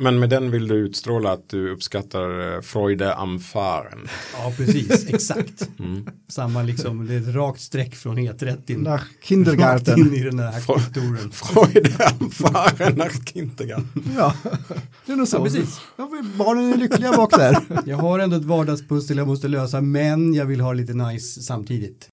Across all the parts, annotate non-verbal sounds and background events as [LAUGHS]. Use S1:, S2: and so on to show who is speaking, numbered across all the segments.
S1: Men med den vill du utstråla att du uppskattar eh, Freude am [LAUGHS] Fahren.
S2: Ja, [LAUGHS] precis, exakt. Samma liksom, det är ett rakt streck från helt rätt in.
S3: Nach
S2: Rakt in
S3: Kindergarten.
S2: i den där aktoren.
S1: Freude am Fahren [LAUGHS] nach Kindergarten.
S3: [LAUGHS] Ja, det är nog så.
S2: Ja, precis.
S3: Ja, men barnen är lyckliga bak där.
S2: Jag har ändå ett vardagspussel jag måste lösa, men jag vill ha lite nice samtidigt.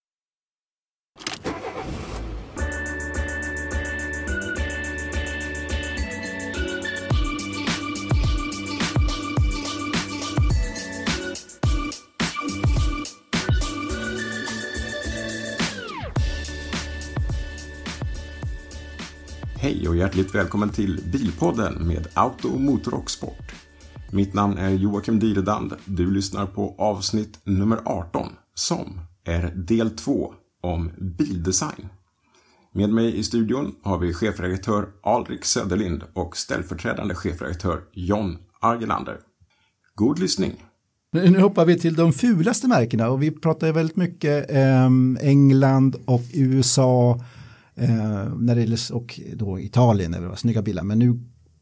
S4: Hej och hjärtligt välkommen till Bilpodden med Auto, Motor och Sport. Mitt namn är Joakim Dyredand. Du lyssnar på avsnitt nummer 18 som är del 2 om bildesign. Med mig i studion har vi chefredaktör Alrik Söderlind och ställföreträdande chefredaktör John Argelander. God lyssning!
S3: Nu nu hoppar vi till de fulaste märkena och vi pratar ju väldigt mycket eh, England och USA eh, när det gäller, och då Italien, eller vad, snygga bilar. Men nu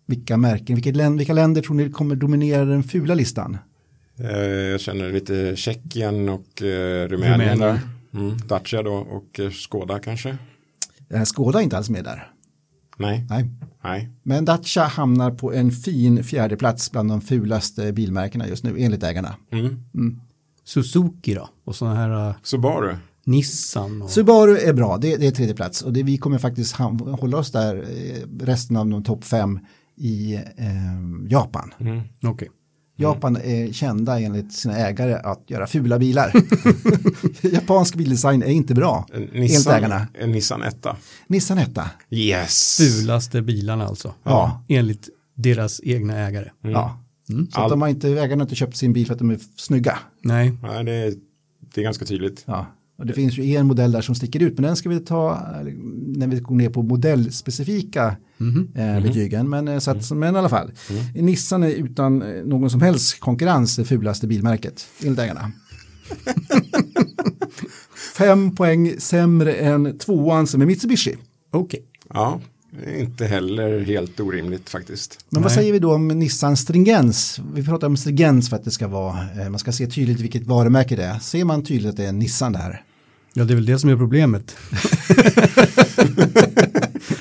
S3: vilka märken, vilket län, vilka länder tror ni kommer dominera den fula listan?
S1: Eh, Jag känner lite Tjeckien och eh, Rumänien,
S2: Rumänien.
S1: där. Mm, Dacia då och eh, Skoda kanske?
S3: Eh, Skoda är inte alls med där.
S1: Nej.
S3: Nej.
S1: Nej.
S3: Men Dacia hamnar på en fin fjärde plats bland de fulaste bilmärkena just nu enligt ägarna.
S2: Suzuki då, och sådana här eh,
S1: Subaru.
S2: Nissan. Och...
S3: Subaru är bra, det, det är tredje plats och det, vi kommer faktiskt ham- hålla oss där eh, resten av de topp fem i eh, Japan.
S2: Okej.
S3: Japan är kända enligt sina ägare att göra fula bilar. Japansk bildesign är inte bra,
S1: En
S3: enligt ägarna.
S1: Eh, Nissan, en Nissan 1.
S3: Nissan etta.
S1: Yes.
S2: Fulaste bilarna alltså.
S3: Ja.
S2: Enligt deras egna ägare.
S3: Ja. Mm. Så att de har inte, ägarna har inte köpt sin bil för att de är f- snygga.
S2: Nej,
S1: Nej, det, är, det är ganska tydligt.
S3: Ja. Och det finns ju en modell där som sticker ut, men den ska vi ta eh, när vi går ner på modellspecifika eh, betygen. Men, eh, så att, men i alla fall, Nissan är utan eh, någon som helst konkurrens det fulaste bilmärket, enligt [LAUGHS] ägarna. Fem poäng sämre än tvåan som är Mitsubishi.
S2: okej.
S1: Ja, det är inte heller helt orimligt faktiskt.
S3: Men vad säger vi då om Nissans stringens? Vi pratar om stringens för att det ska vara, eh, man ska se tydligt vilket varumärke det är. Ser man tydligt att det är en Nissan där?
S2: Ja, det är väl det som är problemet.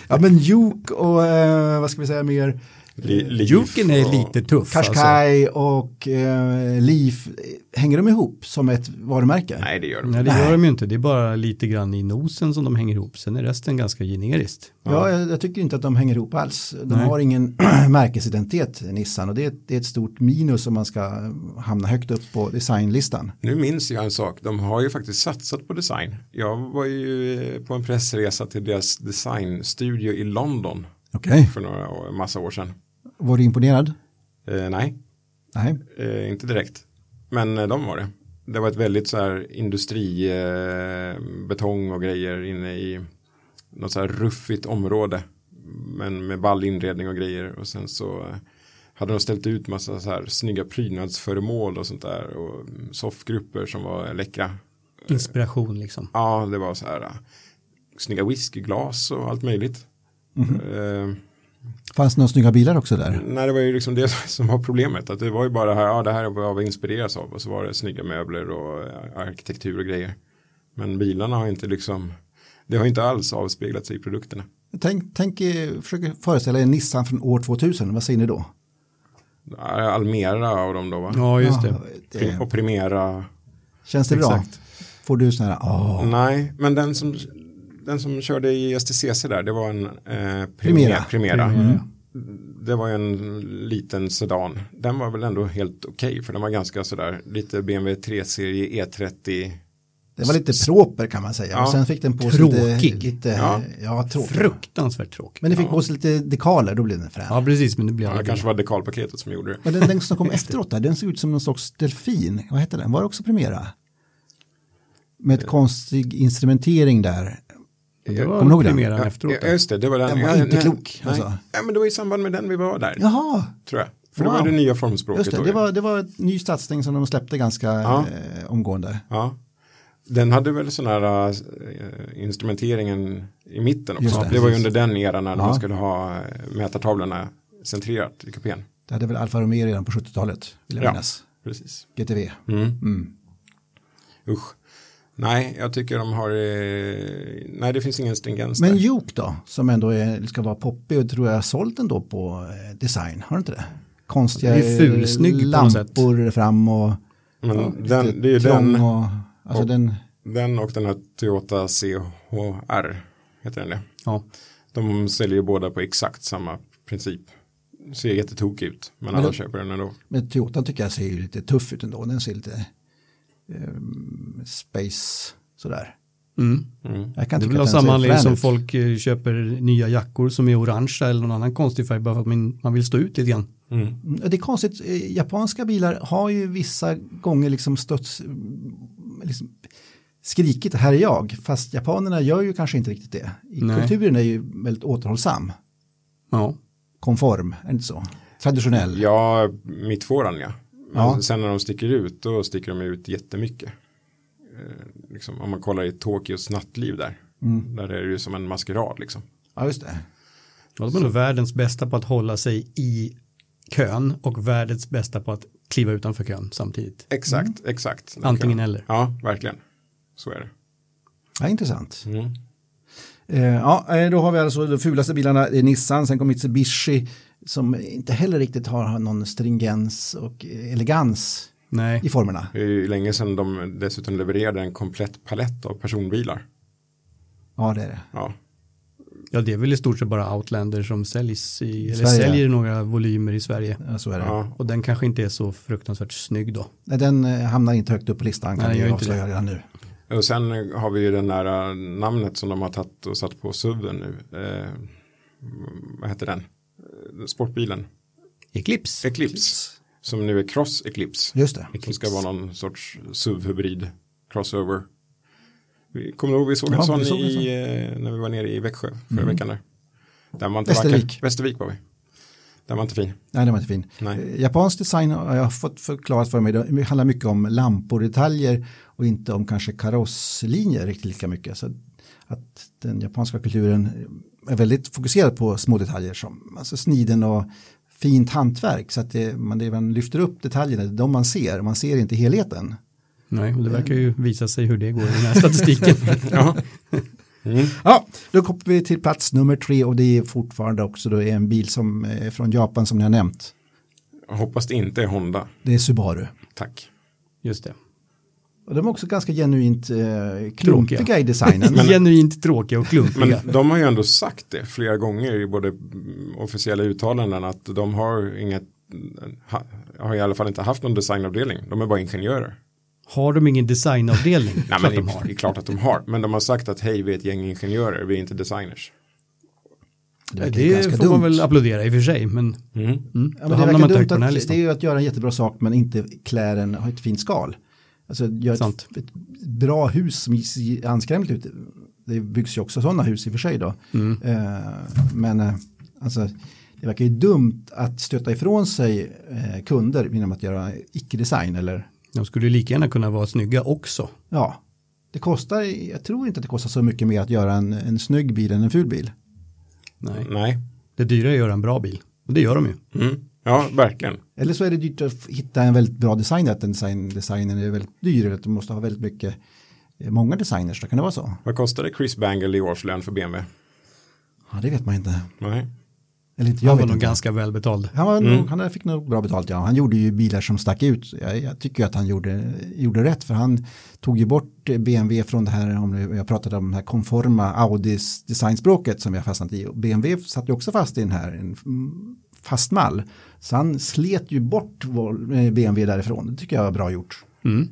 S3: Ja men Juke och eh, vad ska vi säga mer?
S1: Li- Leaf
S2: Juken Eh, är
S1: och-
S2: lite tuff. Alltså.
S3: Qashqai och eh, Leaf, eh, hänger de ihop som ett varumärke?
S1: Nej, det gör de
S2: Nej,
S1: inte.
S2: det gör de ju inte. Det är bara lite grann i nosen som de hänger ihop. Sen är resten ganska generiskt.
S3: Ja, jag, jag tycker inte att de hänger ihop alls. De har ingen [CLEARS THROAT] märkesidentitet, Nissan, och det är, ett, det är ett stort minus om man ska hamna högt upp på designlistan.
S1: Nu minns jag en sak. De har ju faktiskt satsat på design. Jag var ju eh, på en pressresa till deras designstudio i London
S3: Okej.
S1: för några år- massa år sedan.
S3: Var du imponerad?
S1: Eh, nej,
S3: Nej.
S1: eh, inte direkt. Men eh, de var det. Det var ett väldigt så här industri, eh, betong och grejer inne i något så här ruffigt område. Men med ball inredning och grejer. Och sen så eh, hade de ställt ut massa så här snygga prydnadsföremål och sånt där. Och mm, soffgrupper som var läckra.
S2: Inspiration liksom.
S1: Ja, det var så här. eh, Snygga whiskyglas och allt möjligt. Eh,
S3: Fanns det några snygga bilar också där?
S1: Nej, det var ju liksom det [LAUGHS] som var problemet. Att det var ju bara här, ja det här är vad vi inspireras av. Och så var det snygga möbler och eh, arkitektur och grejer. Men bilarna har inte liksom, det har inte alls avspeglat sig i produkterna.
S3: Tänk, tänk eh, försök föreställa er Nissan från år 2000, vad säger ni då?
S1: Almera och de då va?
S2: Ja, just det.
S1: Prim- Och Primera.
S3: Känns det bra?
S1: Exakt.
S3: Får du sådana här, ah, åh,
S1: Nej, men den som, den som körde i STCC där, det var en eh, Primera.
S3: Primera.
S1: Primera. Det var ju en liten sedan. Den E var väl ändå helt okej för den var ganska sådär lite BMW 3-serie E30
S3: Det var lite proper kan man säga.
S1: Ja.
S3: Och sen fick den på sig lite,
S2: Tråkig.
S3: lite
S1: Ja.
S3: ja. tråkig.
S2: Fruktansvärt tråkigt.
S3: Men den fick på sig lite dekaler, då blev den frän.
S2: Ja, precis, men det blir
S1: Ja, det
S2: aldrig
S1: kanske var dekalpaketet som gjorde det.
S3: Mm. Men den, den
S2: [LAUGHS]
S3: som kom efteråt där, den såg ut som någon sorts delfin. Vad hette den? Var det också Primera? Med ett konstig instrumentering där.
S2: Det
S3: Kommer du ihåg
S2: var
S3: den?
S2: primäran
S1: Ja,
S2: efteråt.
S1: ja, just det, det var den.
S3: Den var
S1: Ja,
S3: inte
S1: nej,
S3: klok,
S1: Nej.
S3: alltså.
S1: Ja, men det var i samband med den vi var där,
S3: Jaha,
S1: tror jag. För det
S3: Wow.
S1: var det nya formspråket.
S3: just
S1: då
S3: det.
S1: ju.
S3: Det var, det var ett ny satsning som de släppte ganska
S1: Ja.
S3: eh, omgående.
S1: Ja. Den hade väl sån här äh, instrumenteringen i mitten också.
S3: Just
S1: Det,
S3: det,
S1: var ju
S3: precis.
S1: under den eran när man
S3: Ja.
S1: skulle ha äh, mätartavlorna centrerat i kupén.
S3: Det hade väl Alfa Romeo redan på 70-talet, vill jag
S1: Ja.
S3: minnas.
S1: Precis.
S3: GTV.
S1: Mm. Usch. Nej, jag tycker de har... eh, Nej, det finns ingen stringens
S3: Men
S1: där.
S3: Juke då, som ändå är, ska vara poppig och tror jag har sålt ändå på eh, design, har du inte det? Konstiga
S2: Det är fulsnygg på något sätt.
S3: lampor fram och
S1: Men
S3: lite
S1: den, det är ju
S3: trång
S1: den,
S3: och, alltså
S1: och-
S3: den,
S1: den och den här Toyota CHR. Heter den det?
S2: Ja.
S1: De säljer ju båda på exakt samma princip. Ser jättetokig ut, men, alla
S3: det-
S1: köper den ändå.
S3: men Toyotan tycker jag ser ju lite tuff ut ändå, den ser lite ehm, space sådär.
S2: Mm.
S3: Jag kan
S2: Det är
S3: tycka
S2: väl av
S3: att den
S2: samma
S3: ser
S2: anledning
S3: frän
S2: som
S3: ut.
S2: folk eh, köper nya jackor som är orangea eller någon annan konstig färg bara för att man, man vill stå ut lite grann.
S3: Mm, Det är konstigt, eh, japanska bilar har ju vissa gånger liksom stött, mm, liksom skrikit här är jag, fast japanerna gör ju kanske inte riktigt det. I
S2: Nej.
S3: Kulturen är ju väldigt återhållsam,
S2: Ja,
S3: konform, är det inte så? Traditionell.
S1: Ja, mittfåran ja. Men
S3: Ja.
S1: sen när de sticker ut, då sticker de ut jättemycket. Eh, liksom, om man kollar i Tokyos nattliv där.
S2: Mm.
S1: Där är det ju som en maskerad liksom.
S3: Ja, just det.
S2: Ja, de är nog världens bästa på att hålla sig i kön och världens bästa på att kliva utanför kön samtidigt.
S1: Exakt, exakt.
S2: Mm. Antingen eller.
S1: Ja, verkligen. Så är det. Mm.
S3: Ja, intressant. Eh, ja, eh, då har vi alltså de fulaste bilarna, det är Nissan, sen kom Mitsubishi som inte heller riktigt har någon stringens och eh, elegans
S2: Nej,
S3: i formerna.
S1: Det är ju länge sedan de dessutom levererade en komplett palett av personbilar.
S3: Ja, det är det.
S1: Ja,
S2: ja, det är väl i stort sett bara Outlander som säljs i, eller
S3: Sverige.
S2: säljer några volymer i Sverige.
S3: Ja, så är det.
S1: ja.
S2: Och den kanske inte är så fruktansvärt snygg då.
S3: Nej, den eh, hamnar inte högt upp på listan kan
S2: Nej,
S3: vi
S2: gör inte
S3: avslöja redan nu.
S1: Och sen har vi ju den där eh, namnet som de har tagit och satt på SUVen nu. Eh, vad heter den? Eh, Sportbilen.
S2: Eclipse.
S1: Eclipse. Som nu är Cross Eclipse.
S3: Just det.
S1: Som ska vara någon sorts SUV-hybrid crossover. Vi kommer du ihåg vi såg
S3: Ja,
S1: en sån
S3: vi såg en
S1: i,
S3: sån. Mm.
S1: eh, när vi var nere i Växjö förra veckan där. Den var inte
S3: Västervik.
S1: Vacker. Västervik var vi. Den var inte
S3: [LAUGHS]
S1: fin.
S3: Nej, den var inte fin.
S1: Nej.
S3: Eh, Japansk design har jag fått förklarat för mig. Det handlar mycket om lampor och detaljer och inte om kanske karosslinjer riktigt lika mycket. Så att den japanska kulturen är väldigt fokuserad på små detaljer som alltså sniden och fint hantverk. Så att det, man, det, man lyfter upp detaljerna, det är de man ser. Man ser inte helheten.
S2: Nej, och det verkar
S3: Eh.
S2: ju visa sig hur det går i den här [LAUGHS] statistiken.
S1: Ja.
S3: Ja, då kommer vi till plats nummer tre och det är fortfarande också då en bil som är från Japan som ni har nämnt.
S1: Jag Hoppas det inte är Honda.
S3: Det är Subaru.
S1: Tack.
S2: Just det.
S3: Och de är också ganska genuint eh, klumpiga
S2: Tråkiga. [LAUGHS]
S3: i designen.
S2: Genuint tråkiga och klumpiga.
S1: Men de har ju ändå sagt det flera gånger i både mm, officiella uttalanden att de har inget ha, har i alla fall inte haft någon designavdelning. De är bara ingenjörer.
S2: Har de ingen designavdelning?
S1: Nej,
S2: Klart
S1: men
S2: de
S1: det,
S2: har.
S1: det är klart att de har. Men de har sagt att hej, vi är ett gäng ingenjörer, vi är inte designers.
S3: det
S2: Det,
S3: verkar ju
S2: får
S3: ganska
S2: man
S3: dumt.
S2: väl applådera i och för sig, men mm,
S3: Ja,
S2: då
S3: men det
S2: hamnar man
S3: verkar
S2: inte
S3: dumt
S2: högt på den här
S3: att, det är
S2: listan.
S3: ju att göra en jättebra sak men inte klä den, ha ett fint skal. Alltså gör
S2: Sant.
S3: ett, ett bra hus som ser anskrämligt ut. Det byggs ju också sådana hus i och för sig då.
S2: Mm.
S3: Eh, men eh, alltså det verkar ju dumt att stöta ifrån sig eh, kunder genom att göra icke-design eller
S2: De skulle ju lika gärna kunna vara snygga också.
S3: ja. Det kostar, jag tror inte att det kostar så mycket mer att göra en, en snygg bil än en ful bil.
S2: Nej.
S1: Nej.
S2: Det dyra är att göra en bra bil. Och det gör de ju.
S1: Mm. Ja, verkligen.
S3: Eller så är det dyrt att f- hitta en väldigt bra designer, att den design, designen är väldigt dyr, eller att du måste ha väldigt mycket, eh, många designers, då kan det vara så?
S1: Vad kostade Chris Bangle i årslön för BMW?
S3: Ja, det vet man inte.
S1: Nej.
S3: Eller inte, jag
S2: Han var
S3: vet
S2: nog
S3: inte.
S2: ganska Mm. välbetald.
S3: Han, var nog, han fick nog bra betalt, ja. Han gjorde ju bilar som stack ut. Jag, jag tycker ju att han gjorde, gjorde rätt, för han tog ju bort eh, BMW från det här, om det- jag pratade om det här konforma Audis designspråket som vi har fastnat i. Och BMW satt ju också fast i den här, en mm, fast mall. Så han slet ju bort vår, eh, BMW därifrån, det tycker jag var bra gjort.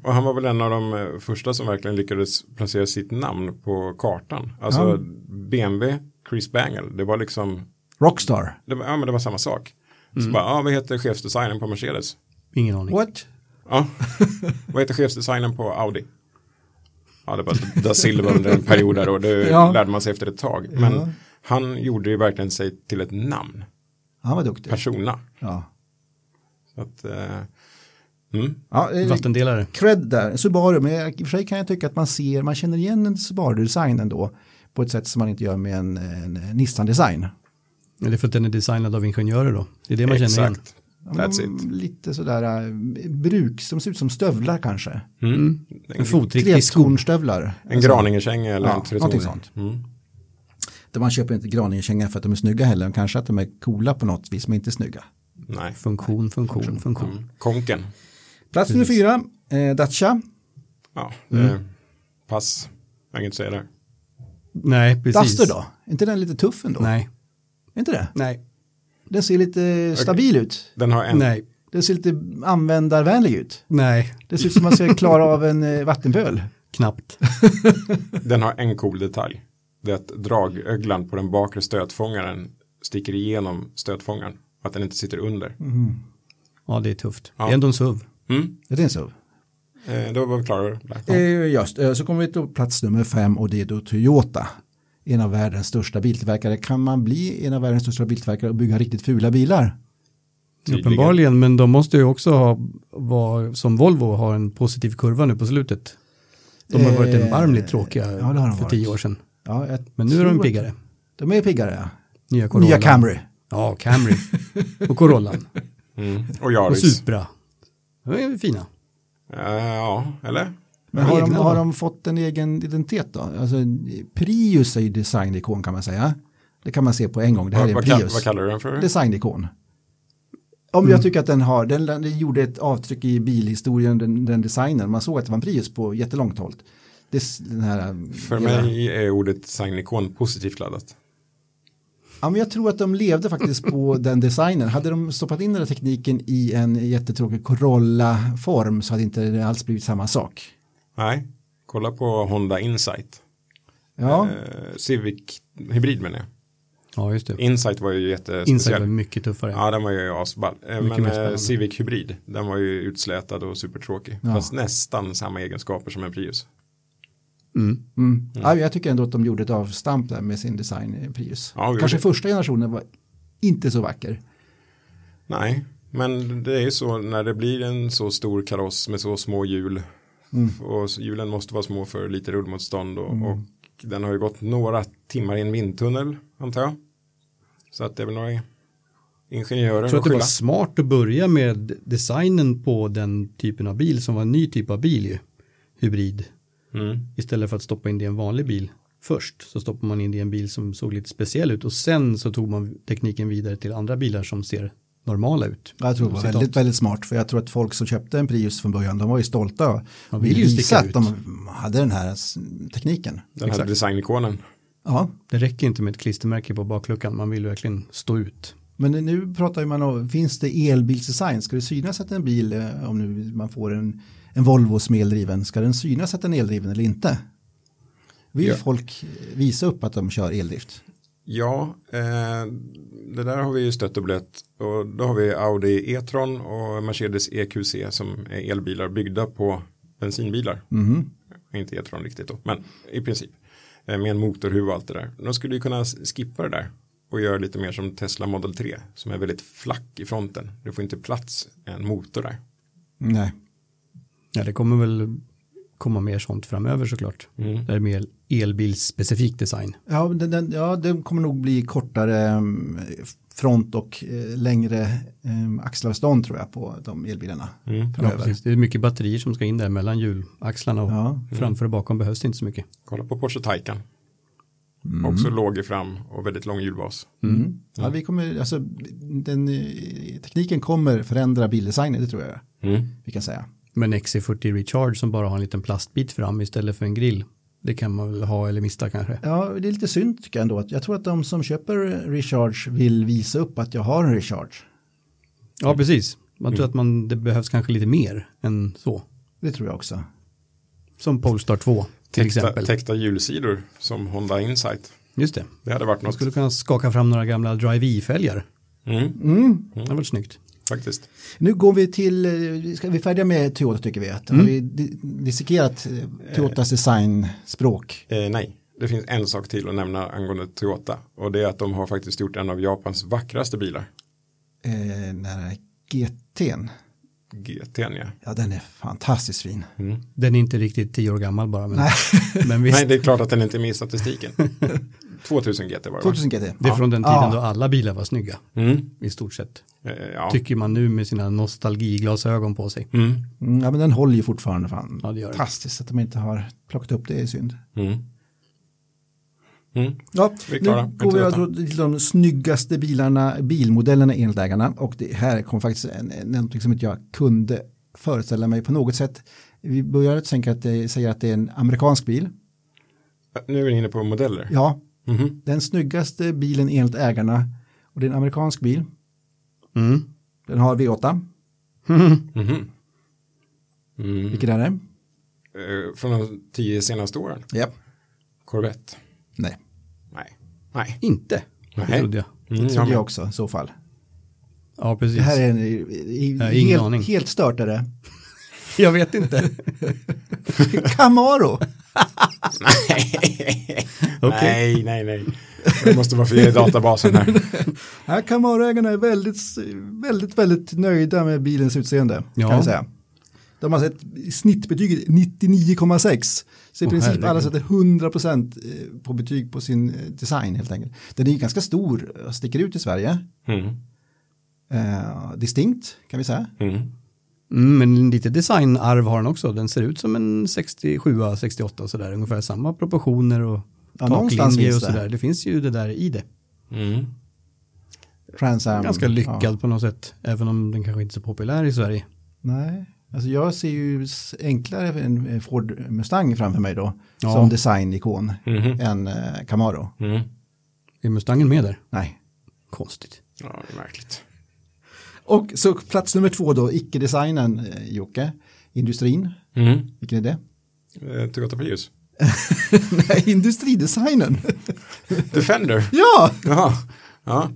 S1: Och han var väl en av de eh, första som verkligen lyckades placera sitt namn på kartan. Alltså BMW, Chris Bangle, det var liksom,
S3: Rockstar.
S1: det var, ja men det var samma sak. Så bara, ja vad heter chefsdesignern på Mercedes?
S2: Ingen aning.
S3: What?
S1: Ja, vad heter chefsdesignern på Audi? Ja, det var da Silva under en period där och det
S3: Ja.
S1: lärde man sig efter ett tag. Men han gjorde ju verkligen sig till ett namn,
S3: Han var duktig.
S1: persona.
S3: Ja.
S1: Så att, eh, mm.
S3: Ja, eh,
S2: Vattendelare.
S3: cred där. Subaru, men jag- i och för sig kan jag tycka att man ser, man känner igen en Subaru-design ändå på ett sätt som man inte gör med en, en Nissan-design.
S2: Eller för att den är designad av ingenjörer då. Det är det man känner igen.
S1: Exakt,
S3: Ja, men
S1: that's
S3: de-
S1: it.
S3: Lite sådär eh, bruks, de ser ut som stövlar kanske.
S1: Mm.
S2: En
S1: En,
S2: fotriktig sko.
S3: Tretornstövlar.
S1: en Graninge-känga eller
S3: Ja,
S1: en Tretorn.
S3: någonting sånt.
S1: Mm.
S3: Där man köper inte Graningekängor för att de är snygga heller, men kanske att de är coola på något vis, men inte snygga.
S1: Nej,
S2: Funktion, funktion, funktion.
S1: mm. konken.
S3: Plats nummer fyra, eh, Dacia.
S1: Ja, eh, pass, jag kan inte säga det.
S2: Nej, precis.
S3: Duster då? Är inte den lite tuff ändå?
S2: Nej.
S3: Är inte det?
S2: Nej.
S3: Den ser lite stabil ut.
S1: Den har en,
S2: Nej.
S3: Den ser lite användarvänlig ut.
S2: Nej.
S3: Det ser ut som man ska klara av en eh, vattenpöl.
S1: [LAUGHS]
S2: Knappt.
S1: den har en cool detalj. Det är att dragöglan på den bakre stötfångaren sticker igenom stötfångaren. Att den inte sitter under.
S3: Mm.
S2: Ja, det är tufft.
S1: Ja.
S2: Det är ändå en SUV.
S1: Mm.
S3: Det är en SUV.
S1: Eh, då var vi klara över det.
S3: Eh, just, eh, så kommer vi till plats nummer fem och det är då Toyota. En av världens största biltillverkare. Kan man bli en av världens största biltillverkare och bygga riktigt fula bilar?
S1: Tydligen.
S2: Uppenbarligen, men de måste ju också ha, var, som Volvo, har en positiv kurva nu på slutet. De har varit
S3: Eh,
S2: erbarmligt tråkiga
S3: ja, det har de
S2: för tio
S3: varit.
S2: år sedan.
S3: Ja, jag
S2: Men nu är
S3: tror
S2: de
S3: att-
S2: piggare.
S3: De är piggare, ja.
S2: Nya Corolla.
S3: Nya Camry.
S2: Ja, Camry. Och
S3: [LAUGHS]
S2: Corollan.
S1: Mm. Och
S2: Och
S1: Yaris.
S2: Supra. De är fina.
S1: Eh, ja, eller?
S3: Men har, de,
S2: Egna,
S3: har
S2: va?
S3: de fått en egen identitet då? Alltså, Prius är ju designikon kan man säga. Det kan man se på en gång. Det här
S1: Vad,
S3: är en
S1: vad, kall,
S3: Prius.
S1: vad kallar du den för?
S3: Designikon. Om
S1: Mm.
S3: jag tycker att den har, den, den gjorde ett avtryck i bilhistorien, den, den designen. Man såg att det var en Prius på jättelångt håll. Det, s- den här, eh,
S1: För
S3: hela-
S1: mig är ordet signikon positivt laddat.
S3: Ja, men jag tror att de levde faktiskt
S1: [LAUGHS]
S3: på den designen. Hade de stoppat in den här tekniken i en jättetråkig Corolla-form så hade inte det alls blivit samma sak.
S1: Nej, kolla på Honda Insight.
S3: Ja,
S1: Eh, Civic hybrid menar jag.
S2: Ja, just det.
S1: Insight var ju
S2: Insight var
S1: jättespeciell.
S2: mycket tuffare.
S1: Ja, den var ju asball. Eh,
S2: Mycket
S1: Men
S2: mer
S1: eh,
S2: spännande.
S1: Civic hybrid, den var ju utslätad och supertråkig.
S3: Ja.
S1: Fast nästan samma egenskaper som en Prius.
S2: Mm.
S3: mm. ja, jag tycker ändå att de gjorde ett avstamp där med sin design i Prius.
S1: Ja, vi
S3: Kanske
S1: gjorde
S3: första generationen var inte så vacker.
S1: Nej, men det är ju så när det blir en så stor kaross med så små hjul.
S2: Mm.
S1: Och s- hjulen måste vara små för lite rullmotstånd. Och, och den har ju gått några timmar i en vindtunnel, antar jag. Så att det är väl några ingenjörer
S2: Jag tror
S1: att
S2: att det var
S1: skylla.
S2: smart att börja med designen på den typen av bil som var en ny typ av bil ju. Hybrid.
S1: Mm.
S2: Istället för att stoppa in det i en vanlig bil först så stoppar man in det i en bil som såg lite speciell ut och sen så tog man tekniken vidare till andra bilar som ser normala ut.
S3: Jag tror det var
S2: Citat.
S3: väldigt, väldigt smart för jag tror att folk som köpte en Prius från början, de var ju stolta
S2: Man
S3: och
S2: vill
S3: ville
S2: ju
S3: visa
S2: sticka
S3: att de hade den här s- tekniken.
S1: Den här
S2: Exakt.
S1: designikonen.
S3: Ja,
S2: Det räcker inte med ett klistermärke på bakluckan, man vill verkligen stå ut.
S3: Men nu pratar ju man om, finns det elbilsdesign? Ska det synas att en bil, eh, om nu man får en, en Volvo som är eldriven, ska den synas att den är eldriven eller inte? Vill
S1: Ja.
S3: folk visa upp att de kör eldrift?
S1: Ja, eh, det där har vi ju stött och blött. Och då har vi Audi E-tron och Mercedes EQC som är elbilar byggda på bensinbilar.
S2: Mhm.
S1: Inte E-tron riktigt då, men i princip. Eh, med en motorhuv och allt det där. De skulle ju kunna s- skippa det där och göra lite mer som Tesla Model 3 som är väldigt flack i fronten. Du får inte plats en motor där.
S2: Mm.
S3: Nej.
S2: Ja, det kommer väl komma mer sånt framöver såklart.
S3: Mm.
S2: Där det är mer elbilsspecifik design.
S3: Ja, men den, den, ja, det kommer nog bli kortare mm, front och eh, längre eh, axelavstånd tror jag på de elbilarna.
S2: Ja, precis. det är mycket batterier som ska in där mellan hjulaxlarna och
S3: Ja.
S2: framför och bakom behövs det inte så mycket.
S1: Kolla på Porsche Taycan.
S2: Mm.
S1: Också låg i fram och väldigt lång hjulbas.
S3: Mm. Ja, vi kommer, alltså, den, eh, tekniken kommer förändra bildesignen, det tror jag
S1: Mm.
S3: vi kan säga.
S2: Men XC40 Recharge som bara har en liten plastbit fram istället för en grill. Det kan man väl ha eller mista kanske.
S3: Ja, det är lite synd tycker jag ändå. Jag tror att de som köper recharge vill visa upp att jag har en recharge.
S1: Mm.
S2: Ja, precis. Man tror att man, det behövs kanske lite mer än så.
S3: Det tror jag också.
S2: Som Polestar 2 till
S1: Täckta,
S2: exempel.
S1: täckta hjulsidor som Honda Insight.
S2: Just det.
S1: Det hade varit
S2: Man
S1: något,
S2: skulle kunna skaka fram några gamla Drive-E-fälgar.
S1: mm,
S2: Det hade varit snyggt.
S1: faktiskt.
S3: Nu går vi till, eh, vi ska- vi är färdiga med Toyota tycker vi. Att Har vi di- dissekerat eh, Toyotas designspråk?
S1: Eh, nej, det finns en sak till att nämna angående Toyota. Och det är att de har faktiskt gjort en av Japans vackraste bilar.
S3: Eh, nära GT'n.
S1: GT'n ja.
S3: Ja, den är fantastiskt fin.
S2: Den är inte riktigt tio år gammal bara. Men, men visst,
S1: Nej, det är klart att den inte är med i [LAUGHS] statistiken. 2000 GT var det va?
S3: 2000 GT.
S2: det är från den tiden
S3: Ja.
S2: då alla bilar var snygga.
S1: Mm.
S2: I stort sett.
S1: Eh, ja.
S2: Tycker man nu med sina nostalgiglasögon på sig.
S1: Mm.
S3: Mm, ja, men den håller ju fortfarande fan.
S2: Ja, det gör den.
S3: Fantastiskt att de inte har plockat upp det är synd.
S1: Mm. Mm.
S3: Ja,
S1: Vi
S3: nu
S1: är klara.
S3: går vi alltså till de snyggaste bilarna, bilmodellerna enligt ägarna och det här kom faktiskt en, en, någonting som inte jag kunde föreställa mig på något sätt. Vi börjar att tänka att det säger att det är en amerikansk bil.
S1: Eh, Nu är vi inne på modeller.
S3: Ja,
S1: Mhm.
S3: den snyggaste bilen enligt ägarna och det är en amerikansk bil.
S2: Mm.
S3: Den har V8,
S1: Mhm. Mm.
S3: vilket är det?
S1: Eh, Från de tio senaste åren.
S3: Ja.
S1: Corvette.
S3: Nej,
S1: Nej. Nej. [LAUGHS]
S2: Inte, det
S1: Nej.
S2: trodde jag.
S1: Mm,
S3: det
S1: ja,
S3: trodde
S1: men-
S3: jag också i så fall.
S2: Ja, precis.
S3: Det här är en i,
S2: Jag har
S3: i,
S2: ingen aning.
S3: helt, helt stört är det.
S2: [LAUGHS]
S3: [LAUGHS]
S2: Jag vet inte.
S3: Camaro.
S1: [LAUGHS]
S2: Okej.
S1: Nej, nej, nej. Det måste vara fel i databasen här.
S3: Här kan varuägarna är väldigt, väldigt, väldigt nöjda med bilens utseende.
S2: Ja.
S3: Kan jag säga. De har sett snittbetyget 99,6. Så i
S2: Åh,
S3: princip alla
S2: herregud.
S3: sätter 100% på betyg på sin eh, design helt enkelt. Den är ju ganska stor och sticker ut i Sverige.
S1: Mm.
S3: Eh, distinkt kan vi säga.
S1: Mm.
S2: Mm, men lite designarv har den också. Den ser ut som en 67 68 sådär. Ungefär samma proportioner och
S3: Ja, någonstans
S2: taklinje
S3: finns
S2: och
S3: det.
S2: sådär. Det finns ju det där i det.
S1: Mm.
S3: Trans Am.
S2: Ganska lyckad
S3: Mm, Ja.
S2: på något sätt. Även om den kanske inte är så populär i Sverige.
S3: Nej, alltså jag ser ju s- enklare en eh, Ford Mustang framför mig då.
S2: Ja.
S3: Som designikon
S1: Mhm.
S3: än eh, Camaro.
S1: Mm.
S2: Är Mustangen med där?
S3: Nej.
S2: Konstigt.
S1: Ja, det är märkligt.
S3: Och så plats nummer två då, icke-designen eh, Jocke, industrin,
S1: Mm.
S3: vilken är det? [LAUGHS]
S1: Eh, Toyota Prius.
S3: Nej, industridesignen. [LAUGHS]
S1: Defender.
S3: ja,
S1: Jaha. Ja.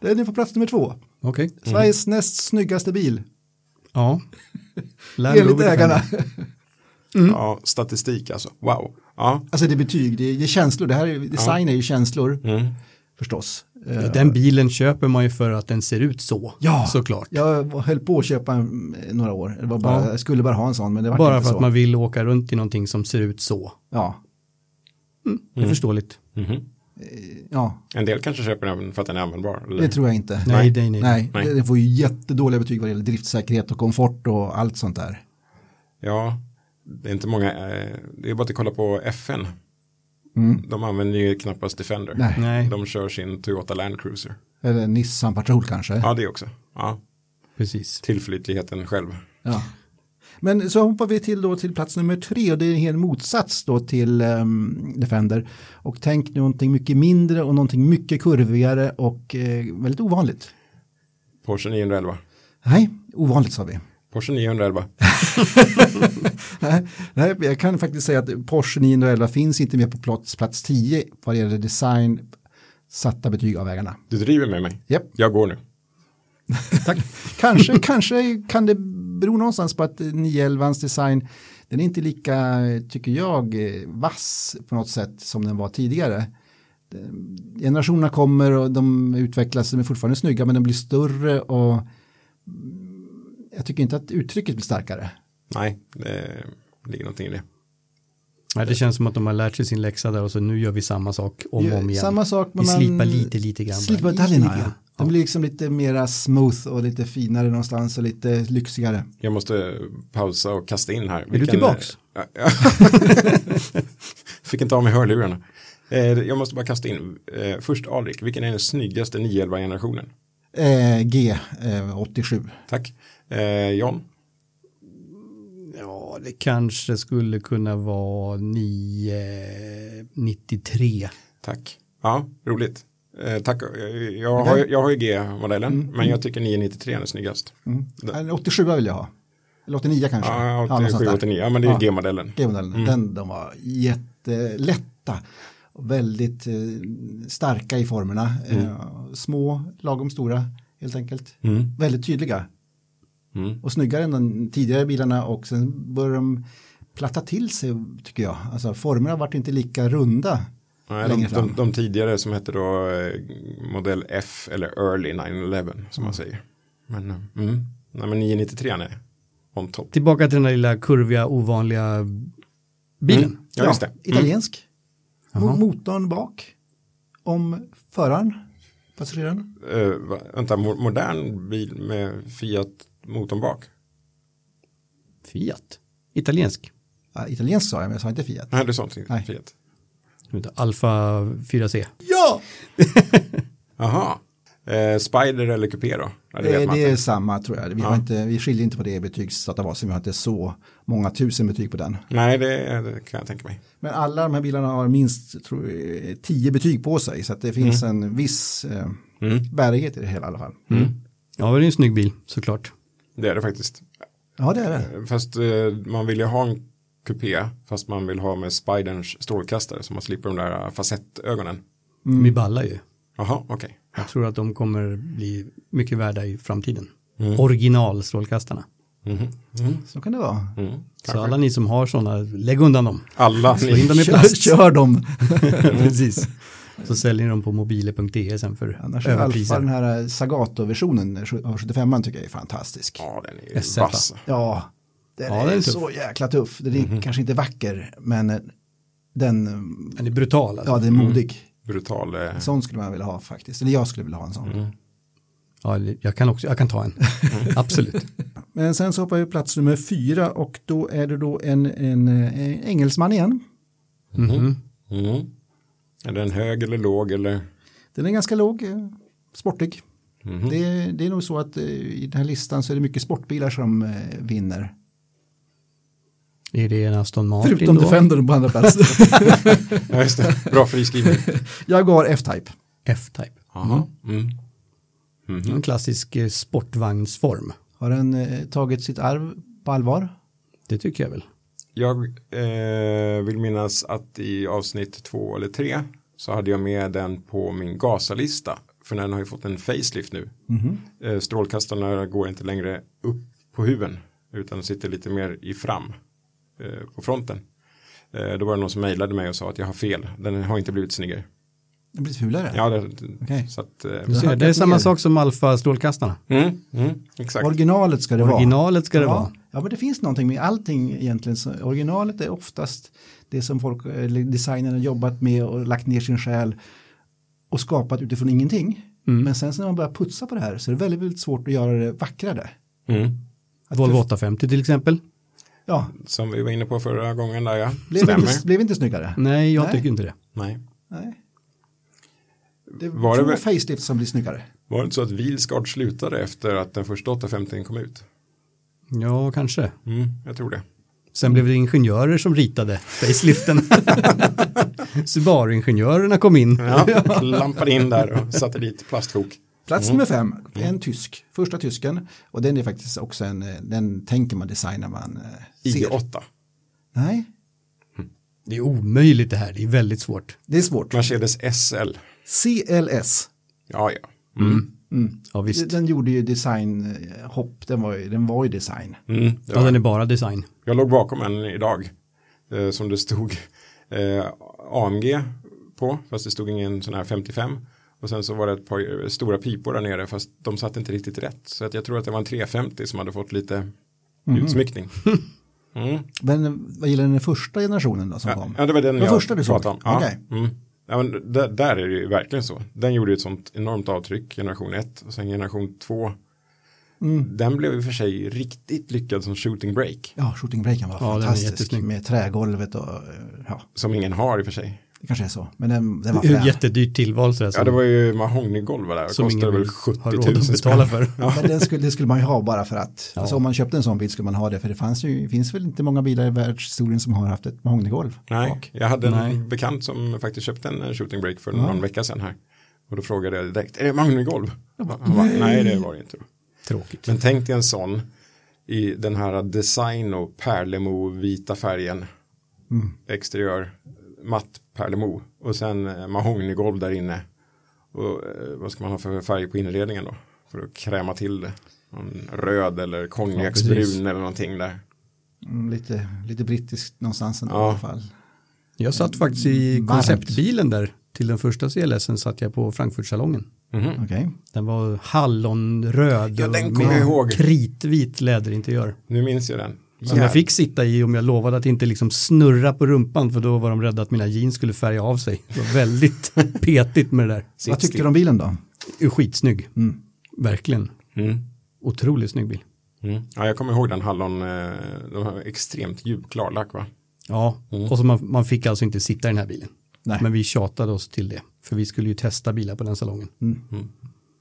S3: den är på plats nummer
S2: Mm.
S3: två.
S2: Okej.
S3: Sveriges näst snyggaste bil, [LAUGHS]
S2: Ja. Land
S3: enligt
S2: Rover
S3: ägarna. Mm.
S1: ja, statistik alltså. Wow. Ja.
S3: Alltså det är betyg, det är, det är känslor, det här är, design är ju känslor
S1: Mm.
S3: förstås.
S2: Ja,
S3: Eh,
S2: Den bilen köper man ju för att den ser ut så.
S3: Ja.
S2: Såklart.
S3: Jag höll på att köpa en, eh, några år, det var bara,
S2: Ja.
S3: jag skulle bara ha en sån men det var
S2: Bara
S3: inte
S2: för
S3: så.
S2: att man vill åka runt i någonting som ser ut så.
S3: Ja,
S2: Det är förståeligt.
S1: Mhm.
S3: ja,
S1: En del kanske köper den för att den är användbar. Eller?
S3: det tror jag inte.
S2: Nej, nej, nej.
S3: Nej,
S1: Nej.
S3: det- det får ju jättedåliga betyg vad gäller driftsäkerhet och komfort och allt sånt där.
S1: Ja, det är inte många. eh, Det är bara att kolla på FN. De använder ju knappast Defender.
S3: Mm. Nej.
S2: Nej,
S1: De kör sin Toyota Land Cruiser.
S3: Eller Nissan Patrol kanske.
S1: Ja, det också. Ja,
S2: precis.
S1: tillförlitligheten själv.
S3: Ja. Men så hoppar vi till då till plats nummer tre och det är en hel motsats då till ehm, Defender. Och tänk någonting mycket mindre och någonting mycket kurvigare och eh, väldigt ovanligt.
S1: Porsche 911.
S3: Nej, ovanligt sa vi.
S1: Porsche 911.
S3: Nej, nej, jag kan faktiskt säga att Porsche 911 finns inte med på plats, plats 10 vad gäller design satta betyg av ägarna.
S1: Du driver med mig.
S3: Japp.
S1: Jag går nu.
S3: Tack. [LAUGHS] kanske, kanske kan det bero någonstans på att 911 design den är inte lika, tycker jag, eh, vass på något sätt som den var tidigare. Den- Generationerna kommer och de utvecklas, de är fortfarande snygga men de blir större och mm, jag tycker inte att uttrycket blir starkare.
S1: Nej, det ligger någonting i det.
S2: Nej, det känns som att de har lärt sig sin läxa där och så nu gör vi samma sak om och om igen.
S3: Samma sak men
S2: vi
S3: man
S2: slipar lite, lite grann.
S3: Slipar
S2: bara.
S3: detaljerna,
S2: Lite
S3: ja.
S2: grann.
S3: De blir liksom lite mera smooth och lite finare någonstans och lite lyxigare.
S1: Jag måste pausa och kasta in här. Är
S2: tillbaks?
S1: [LAUGHS] Fick inte av mig hörlurarna. Eh, Jag måste bara kasta in. Eh, Först Alrik, vilken är den snyggaste 911-generationen?
S3: Eh, G87.
S1: Tack. Eh, John?
S2: Ja, det kanske skulle kunna vara 993.
S1: Tack. Ja, roligt. Eh, tack. Eh, Jag har, ju- jag har ju G-modellen, men jag tycker 993 är snyggast.
S3: En 87 vill jag ha. Eller 89 kanske?
S1: Ja,
S3: något sånt
S1: 87,
S3: där.
S1: 89. Ja, men det är Mm.
S3: Ja.
S1: G-modellen.
S3: G-modellen. Den, de var jättelätta. Och väldigt eh, starka i formerna. Eh, små, lagom stora helt enkelt.
S1: Mm.
S3: Väldigt tydliga.
S1: Mm.
S3: Och snyggare än de tidigare bilarna och sen börjar de platta till sig tycker jag. Alltså formerna vart inte lika runda.
S1: Nej, de,
S3: längre
S1: de,
S3: fram.
S1: de tidigare som hette då eh, modell F eller Early 911 som
S3: Mm.
S1: man säger. Men, eh, mm. Nej, men 993 är on top.
S2: Tillbaka till den där lilla kurviga ovanliga bilen.
S1: Mm. Ja, just det. Mm.
S3: Italiensk. Mo- Motorn bak. Om föraren, passageraren.
S1: Eh, va, vänta, mo- modern bil med Fiat motorn bak.
S2: Fiat. Italiensk.
S3: Ja, italiensk sa jag, men jag sa inte Fiat.
S1: Nej, det sa inte
S3: Nej.
S1: Fiat.
S2: Inte Alfa 4C.
S3: Ja!
S1: Jaha. Eh, Spider eller Coupé då? Ja, det
S3: Det,
S1: vet
S3: är-
S1: man
S3: Eh, det är
S1: inte.
S3: samma tror jag. Vi, har inte, vi skiljer inte på det i betygsdatabasen. Vi har inte så många tusen betyg på den.
S1: Nej, det, det kan jag tänka mig.
S3: Men alla de här bilarna har minst tror, jag, tio betyg på sig. Så att det finns
S1: Mm.
S3: en viss eh, bärighet i det hela i alla fall.
S2: Ja, det är ju en snygg bil såklart.
S1: Det är det faktiskt.
S3: Ja, det är det.
S1: Fast eh, man vill ju ha en kupé fast man vill ha med Spiderns strålkastare så man slipper de där facettögonen.
S2: Vi ballar ju.
S1: Jaha, okej.
S2: Jag tror att de kommer bli mycket värda i framtiden.
S3: Mm.
S2: Originalstrålkastarna.
S1: Mhm. Mm.
S3: Så kan det vara.
S2: Så alla ni som har sådana, lägg undan dem.
S1: Alla
S2: Slå in
S1: ni,
S2: dem i
S3: [LAUGHS] Kör,
S2: plast.
S3: kör dem.
S2: [LAUGHS]
S3: [LAUGHS]
S2: Precis. Så säljer ni dem på mobile.de sen för
S3: Annars är Alfa den
S2: överpriser.
S3: här eh, Sagato-versionen av 75 tycker jag är fantastisk.
S1: ja den är ju
S2: SF, va?
S1: vass.
S3: Ja, den
S2: Ja,
S3: är,
S2: den är tuff.
S3: så jäkla tuff. Den är
S1: Mhm.
S3: kanske inte vacker, men eh, den, eh,
S2: Den är brutal
S3: ja,
S2: alltså.
S3: den är
S1: Mm.
S3: modig.
S1: Brutal. eh,
S3: En sån skulle man vilja ha faktiskt. Eller jag skulle vilja ha en sån.
S2: Mm. Ja, jag kan också, jag kan
S3: [LAUGHS]
S2: ta en. Absolut.
S3: Men sen så hoppar vi plats nummer fyra och då är det då en, en, eh, engelsman igen.
S2: Mhm.
S1: Mm. Är den hög eller låg eller?
S3: Den är ganska låg, eh, sportig.
S2: Mhm.
S3: Det, det är nog så att eh, i den här listan så är det mycket sportbilar som eh, vinner.
S2: Är det en Aston Martin
S3: Förutom
S2: då?
S3: Defendern på andra
S2: [LAUGHS]
S3: plats.
S1: Ja, just det. [LAUGHS] Mm. Bra friskrivning.
S3: jag går F-Type.
S2: F-Type.
S1: Jaha. Mm.
S2: En
S3: Mm-hmm.
S2: klassisk eh, sportvagnsform.
S3: Har den eh, tagit sitt arv på allvar?
S2: Det tycker jag väl.
S1: Jag eh, vill minnas att i avsnitt två eller tre så hade jag med den på min gasalista. För den har ju fått en facelift nu. Eh, strålkastarna går inte längre upp på huven utan sitter lite mer i fram eh, på fronten. Eh, då var det någon som mejlade mig och sa att jag har fel. Den har inte blivit snyggare.
S3: Den blir fulare.
S1: Ja, det,
S3: Okej.
S1: så att, eh,
S2: Du ser,
S3: hade
S2: det är
S3: jag
S2: samma
S3: fel.
S2: sak som Alfa-strålkastarna.
S1: mm, mm, exakt.
S3: Originalet ska det vara.
S2: Originalet ska det
S3: ja.
S2: vara.
S3: Ja, men det finns någonting med allting egentligen. Så originalet är oftast det som folk, eller designern har jobbat med och lagt ner sin själ och skapat utifrån ingenting.
S2: Mm.
S3: Men sen så när man börjar putsa på det här så är det väldigt, väldigt svårt att göra det vackrare.
S1: Mm.
S3: Att
S2: Volvo
S3: för-
S2: 850 till exempel.
S3: Ja,
S1: Som vi var inne på förra gången där ja.
S3: blev
S1: Stämmer.
S3: inte, blev inte snyggare.
S2: Nej, jag
S3: Nej.
S2: tycker inte det.
S1: Nej.
S3: Nej. Det
S1: Var
S3: var
S1: det
S3: två
S1: väl-
S3: facelifts som blir snyggare.
S1: Var det inte så att Vilsgard slutade efter att den första 850 kom ut?
S2: Ja, kanske.
S1: Mm, jag tror det.
S2: Sen blev det ingenjörer som ritade
S1: [LAUGHS]
S2: faceliften. Subaru-ingenjörerna kom in.
S1: [LAUGHS] Ja, klampade in där och satte dit plastkok.
S3: Plats
S1: Mm.
S3: nummer fem, en tysk, första tysken. Och den är faktiskt också en, eh, den tänker man designar man eh, ser.
S1: IG8.
S3: Nej,
S2: Det är omöjligt det här, det är väldigt svårt.
S3: det är svårt.
S1: Mercedes SL.
S3: CLS.
S1: Ja, ja.
S2: Ja, visst.
S3: Den gjorde ju designhopp, den var ju, den var ju design.
S1: Mm, det
S2: Ja,
S1: var-
S2: den är bara design.
S1: Jag låg bakom en idag eh, som det stod eh, AMG på, fast det stod ingen sån här 55. Och sen så var det ett par eh, stora pipor där nere, fast de satt inte riktigt rätt. Så att jag tror att det var en 350 som hade fått lite utsmyckning. Mm.
S3: Men eh, vad gillar den första generationen då som kom?
S1: [LAUGHS] Ja, det var den
S3: Den
S1: jag
S3: första du såg?
S1: pratade om. Ja.
S3: Okej.
S1: Mm. Ja, men där, där är det ju verkligen så. Den gjorde ju ett sånt enormt avtryck, generation 1. Och sen generation 2. Den blev i och för sig riktigt lyckad som shooting break.
S3: Ja, shooting breaken var
S2: Ja, den är
S3: fantastisk
S2: jättesnygg.
S3: med trägolvet och eh, ja,
S1: Som ingen har i och för sig.
S3: det kanske är så. Men den, den var
S2: Det är
S3: frän.
S2: ett jättedyrt tillval sådär,
S1: Ja, det var ju mahognygolv var där.
S2: som
S1: Kostade
S2: ingen
S1: väl
S2: vill
S1: 70
S2: har
S1: 000
S2: råd att betala
S1: spänn.
S2: för.
S3: Men den skulle, det skulle man ju ha bara för att. Alltså om man köpte en sån bil skulle man ha det. För det fanns ju, finns väl inte många bilar i världshistorien som har haft ett mahognygolv.
S1: Nej,
S3: bak.
S1: jag hade en bekant som faktiskt köpte en eh, shooting break för någon vecka sedan här. Och då frågade jag direkt, är det mahognygolv? Han bara, Nej, det var det inte.
S2: Tråkigt.
S1: Men tänk dig en sån i den här Designo Pärlemo vita färgen.
S2: Mm.
S1: Exteriör matt Pärlemo och sen eh, mahognygolv där inne. Och eh, vad ska man ha för färg på inredningen då? För att kräma till det. Någon röd eller konjaksbrun
S2: precis.
S1: eller någonting där.
S3: Mm, lite, lite brittiskt någonstans ändå,
S1: Ja.
S3: i alla fall.
S2: Jag satt faktiskt i
S3: Varmt.
S2: konceptbilen där. Till den första CLSen satt jag på Frankfurtsalongen.
S1: Mhm.
S3: Okej.
S2: Den var hallonröd
S1: Ja,
S2: och
S1: den kommer jag ihåg.
S2: kritvit läderinteriör.
S1: Nu minns jag den.
S2: Som jag fick sitta i om jag lovade att inte liksom snurra på rumpan för då var de rädda att mina jeans skulle färga av sig. Det var
S3: [LAUGHS]
S2: väldigt petigt med det där.
S3: Vad tyckte du om bilen då?
S2: Är Skitsnygg. Verkligen.
S1: Mm.
S2: Otroligt snygg bil.
S1: Mm. Ja, jag kommer ihåg den hallon, eh, de här extremt djupklar lack va?
S2: Ja, Mm. och så man, man fick alltså inte sitta i den här bilen.
S3: Nej.
S2: Men vi tjatade oss till det. För vi skulle ju testa bilar på den salongen.
S3: Mm.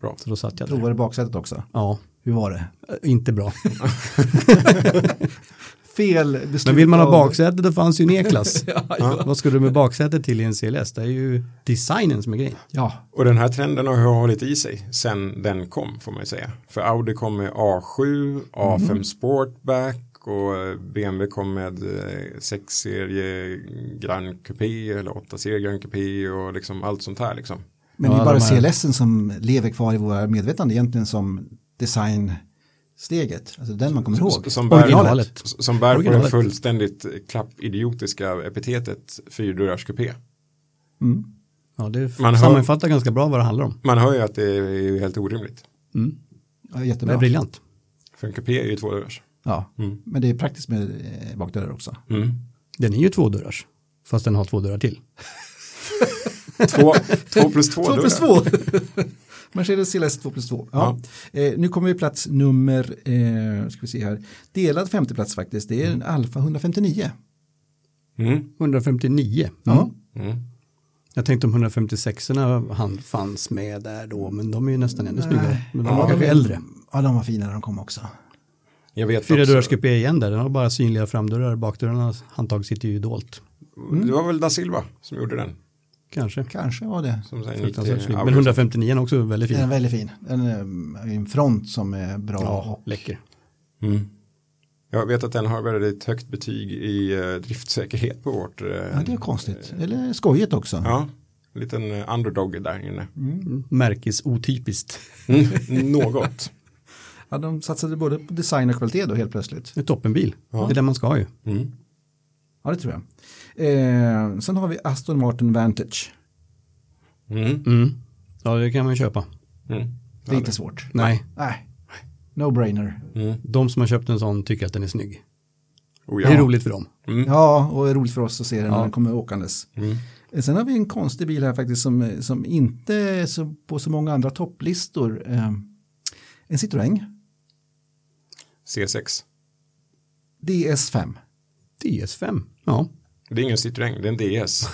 S1: Bra.
S2: Så då satt jag där.
S3: Provade baksätet också.
S2: Ja,
S3: Hur var det?
S2: eh, inte
S3: [LAUGHS]
S2: bra.
S3: Fel beslut.
S2: Men vill man ha
S3: av-
S2: baksäte då fanns ju en
S3: [LAUGHS]
S2: E-klass. Vad skulle du med baksäte till i en CLS? Det är ju designen som är grejen.
S3: Ja,
S1: Och den här trenden har ju hållit i sig sen den kom får man ju säga. För Audi kom med A7, A5
S2: Mm.
S1: Sportback och eh, BMW kom med 6-serie Grand Coupé eller 8-serie Grand Coupé och liksom allt sånt här liksom.
S3: men det
S2: Ja,
S3: är bara
S2: de här-
S3: CLS som lever kvar i våra medvetande egentligen som designsteget. Alltså den man kommer ihåg.
S1: Som bär,
S2: Originalet.
S1: s- Som bär på det
S2: Originalet.
S1: fullständigt klappidiotiska epitetet fyrdörrars kupé.
S2: Ja, det
S1: Man hör-
S2: sammanfattar ganska bra vad det handlar om.
S1: Man hör ju att det är helt orimligt.
S3: Ja,
S2: Det är
S3: jättebra.
S2: briljant.
S1: För en kupé är ju tvådörrars.
S3: Ja,
S2: Mm.
S3: men det är praktiskt med eh, bakdörrar också.
S1: Mm.
S2: Den är ju tvådörrars, fast den har två dörrar till.
S1: Två, två plus två,
S3: Två plus
S1: dörrar.
S3: två.
S2: [LAUGHS]
S3: Mercedes CLS 2 plus 2. Ja. Eh, nu kommer vi plats nummer, eh, ska vi se här, delad femteplats faktiskt, det är
S2: Mm.
S3: en Alfa 159.
S1: Mm.
S2: 159. Ja.
S1: Mm.
S2: Jag tänkte om 156orna han fanns med där då, men de är ju nästan ännu snyggare. Men de var kanske äldre.
S3: Ja, de var fina när de kom också.
S1: Jag vet
S2: Fyra
S1: också-
S2: dörrars kupé igen där, den har bara synliga framdörrar, bakdörrarnas handtag sitter ju dolt.
S1: Mm. Det var väl da Silva som gjorde den.
S2: Kanske.
S3: Kanske var det.
S1: Som sen gick
S2: Fruktansvärt
S1: till
S2: snygg.
S1: Audi.
S2: Men 159 är också väldigt
S3: Den är
S2: fin.
S3: väldigt fin. Den är eh, en front som är bra.
S2: Ja,
S3: och,
S2: läcker.
S1: Mm. Jag vet att den har väldigt högt betyg i eh, driftsäkerhet på vårt. eh,
S3: ja, det är konstigt. Eller skojigt också.
S1: ja, en liten eh, underdog där inne.
S2: Mm. Märkesotypiskt.
S1: Mm. [LAUGHS] Något.
S3: Ja, de satsade både på design och kvalitet då helt plötsligt.
S2: Det är toppenbil. Det är det man ska ha ju.
S1: Mm.
S3: Ja, det tror jag. Eh, sen har vi Aston Martin Vantage.
S1: Mm.
S2: Mm. Ja, det kan man köpa.
S1: Mm.
S3: Det är inte svårt.
S2: Nej,
S3: Nej, no brainer.
S2: de som har köpt en sån tycker att den är snygg.
S1: Oh,
S2: Det
S1: Mm. ja.
S2: är roligt för dem.
S3: Ja, och det är roligt för oss att se den när den kommer åkandes. Eh, Sen har vi en konstig bil här faktiskt som, som inte är så, på så många andra topplistor. Eh, en Citroën
S1: C6.
S3: DS5.
S2: DS5, ja.
S1: Det är ingen Citroën, det är en DS.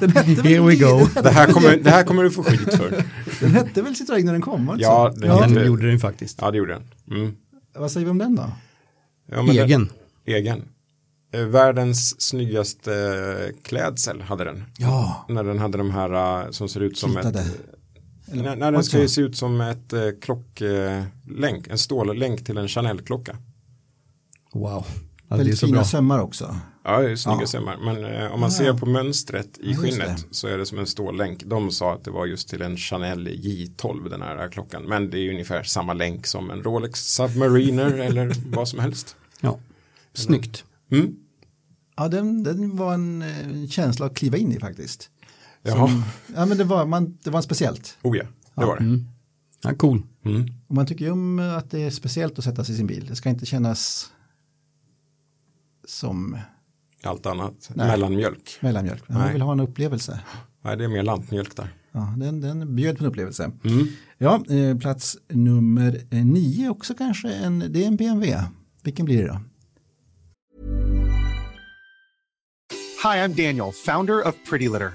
S3: Den hette väl,
S2: Here we go.
S1: Det här kommer, det här kommer du få skit för.
S3: den hette väl Citroën när den kom? var det inte
S1: Ja,
S3: så?
S1: den
S2: Ja,
S1: heter-
S2: den gjorde den faktiskt.
S1: Ja, det gjorde den. Mm.
S3: Vad säger vi om den då?
S1: Ja, men
S2: Egen.
S1: Den, egen. Eh, Världens snyggaste eh, klädsel hade den.
S3: Ja,
S1: När den hade de här eh, som ser ut som
S3: Kitade.
S1: ett När, när den ska ju se ut som ett eh, klocklänk, en stållänk till en Chanel-klocka.
S2: Wow. Ja, det är
S3: väldigt
S2: så
S3: fina
S2: bra.
S3: sömmar också.
S1: Ja, det är snygga sömmar. Men eh, om man ser på mönstret i
S3: Ja, just
S1: skinnet så är det som en stållänk. De sa att det var just till en Chanel J12 den här eh, klockan. Men det är ju ungefär samma länk som en Rolex Submariner eller vad som helst.
S2: Ja. Snyggt.
S1: Mm.
S3: Ja, den, den var en, eh, en känsla att kliva in i faktiskt.
S1: Jaha,
S3: Ja, men det var, man, det var speciellt.
S1: oh ja, det var det.
S2: Ja, cool.
S1: Mm.
S3: Och man tycker ju om att det är speciellt att sätta sig i sin bil. Det ska inte kännas som
S1: Allt annat, mellanmjölk.
S3: mellanmjölk. Men Man
S1: Nej.
S3: vill ha en upplevelse.
S1: Nej, det är mer lantmjölk där.
S3: Ja, den, den bjöd på en upplevelse.
S2: Mm.
S3: Ja, eh, plats nummer eh, nio också kanske. En, det är en BMW. Vilken blir det då?
S5: Hi, I'm Daniel, founder of Pretty Litter.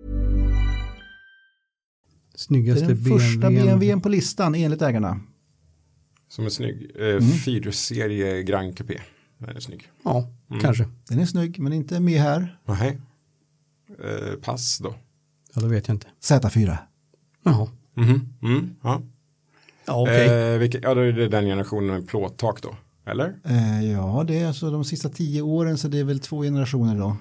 S3: Det
S2: Snyggaste
S3: är den första
S2: BMWn.
S3: BMWn på listan enligt ägarna.
S1: Som en snygg eh, fyrserie Grand Coupé. Den är snygg.
S2: Ja,
S1: Mm.
S2: kanske.
S3: Den är snygg men inte med här.
S1: Nej. Eh, pass då.
S2: Ja, då vet jag inte.
S3: Z4.
S2: Jaha.
S1: Mhm. Mm, ja.
S2: Ja, okej.
S1: Eh, vilka, ja, då är det den generationen med plåttak då. Eller?
S3: Eh, ja, det är alltså de sista tio åren så det är väl två generationer då.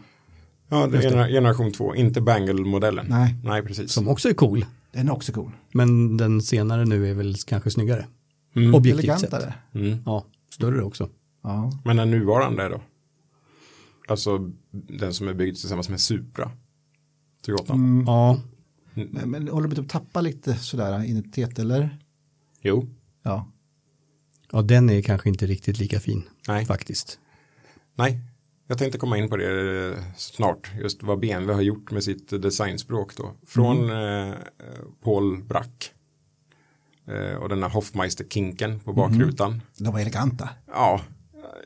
S1: Ja, det är gener- generation två, inte Bangle-modellen.
S3: Nej.
S1: Nej, precis.
S2: Som också är cool.
S3: Den är också cool.
S2: Men den senare nu är väl kanske snyggare.
S1: Mm.
S2: Objektivt sett.
S3: Elegantare.
S2: Ja, större också.
S3: Ja.
S1: Men den nuvarande då? Alltså den som är byggd tillsammans med Supra. Till Gotland.
S2: Ja,
S3: Men, men håller du på att tappa lite sådär identitet eller?
S1: Jo.
S3: Ja.
S2: ja, den är kanske inte riktigt lika fin.
S1: Nej.
S2: Faktiskt.
S1: Nej. Jag tänkte komma in på det eh, snart. Just vad BMW har gjort med sitt designspråk då. Från eh, Paul Brack. Eh, och den här Hoffmeister-kinken på bakrutan.
S3: De var eleganta.
S1: Ja,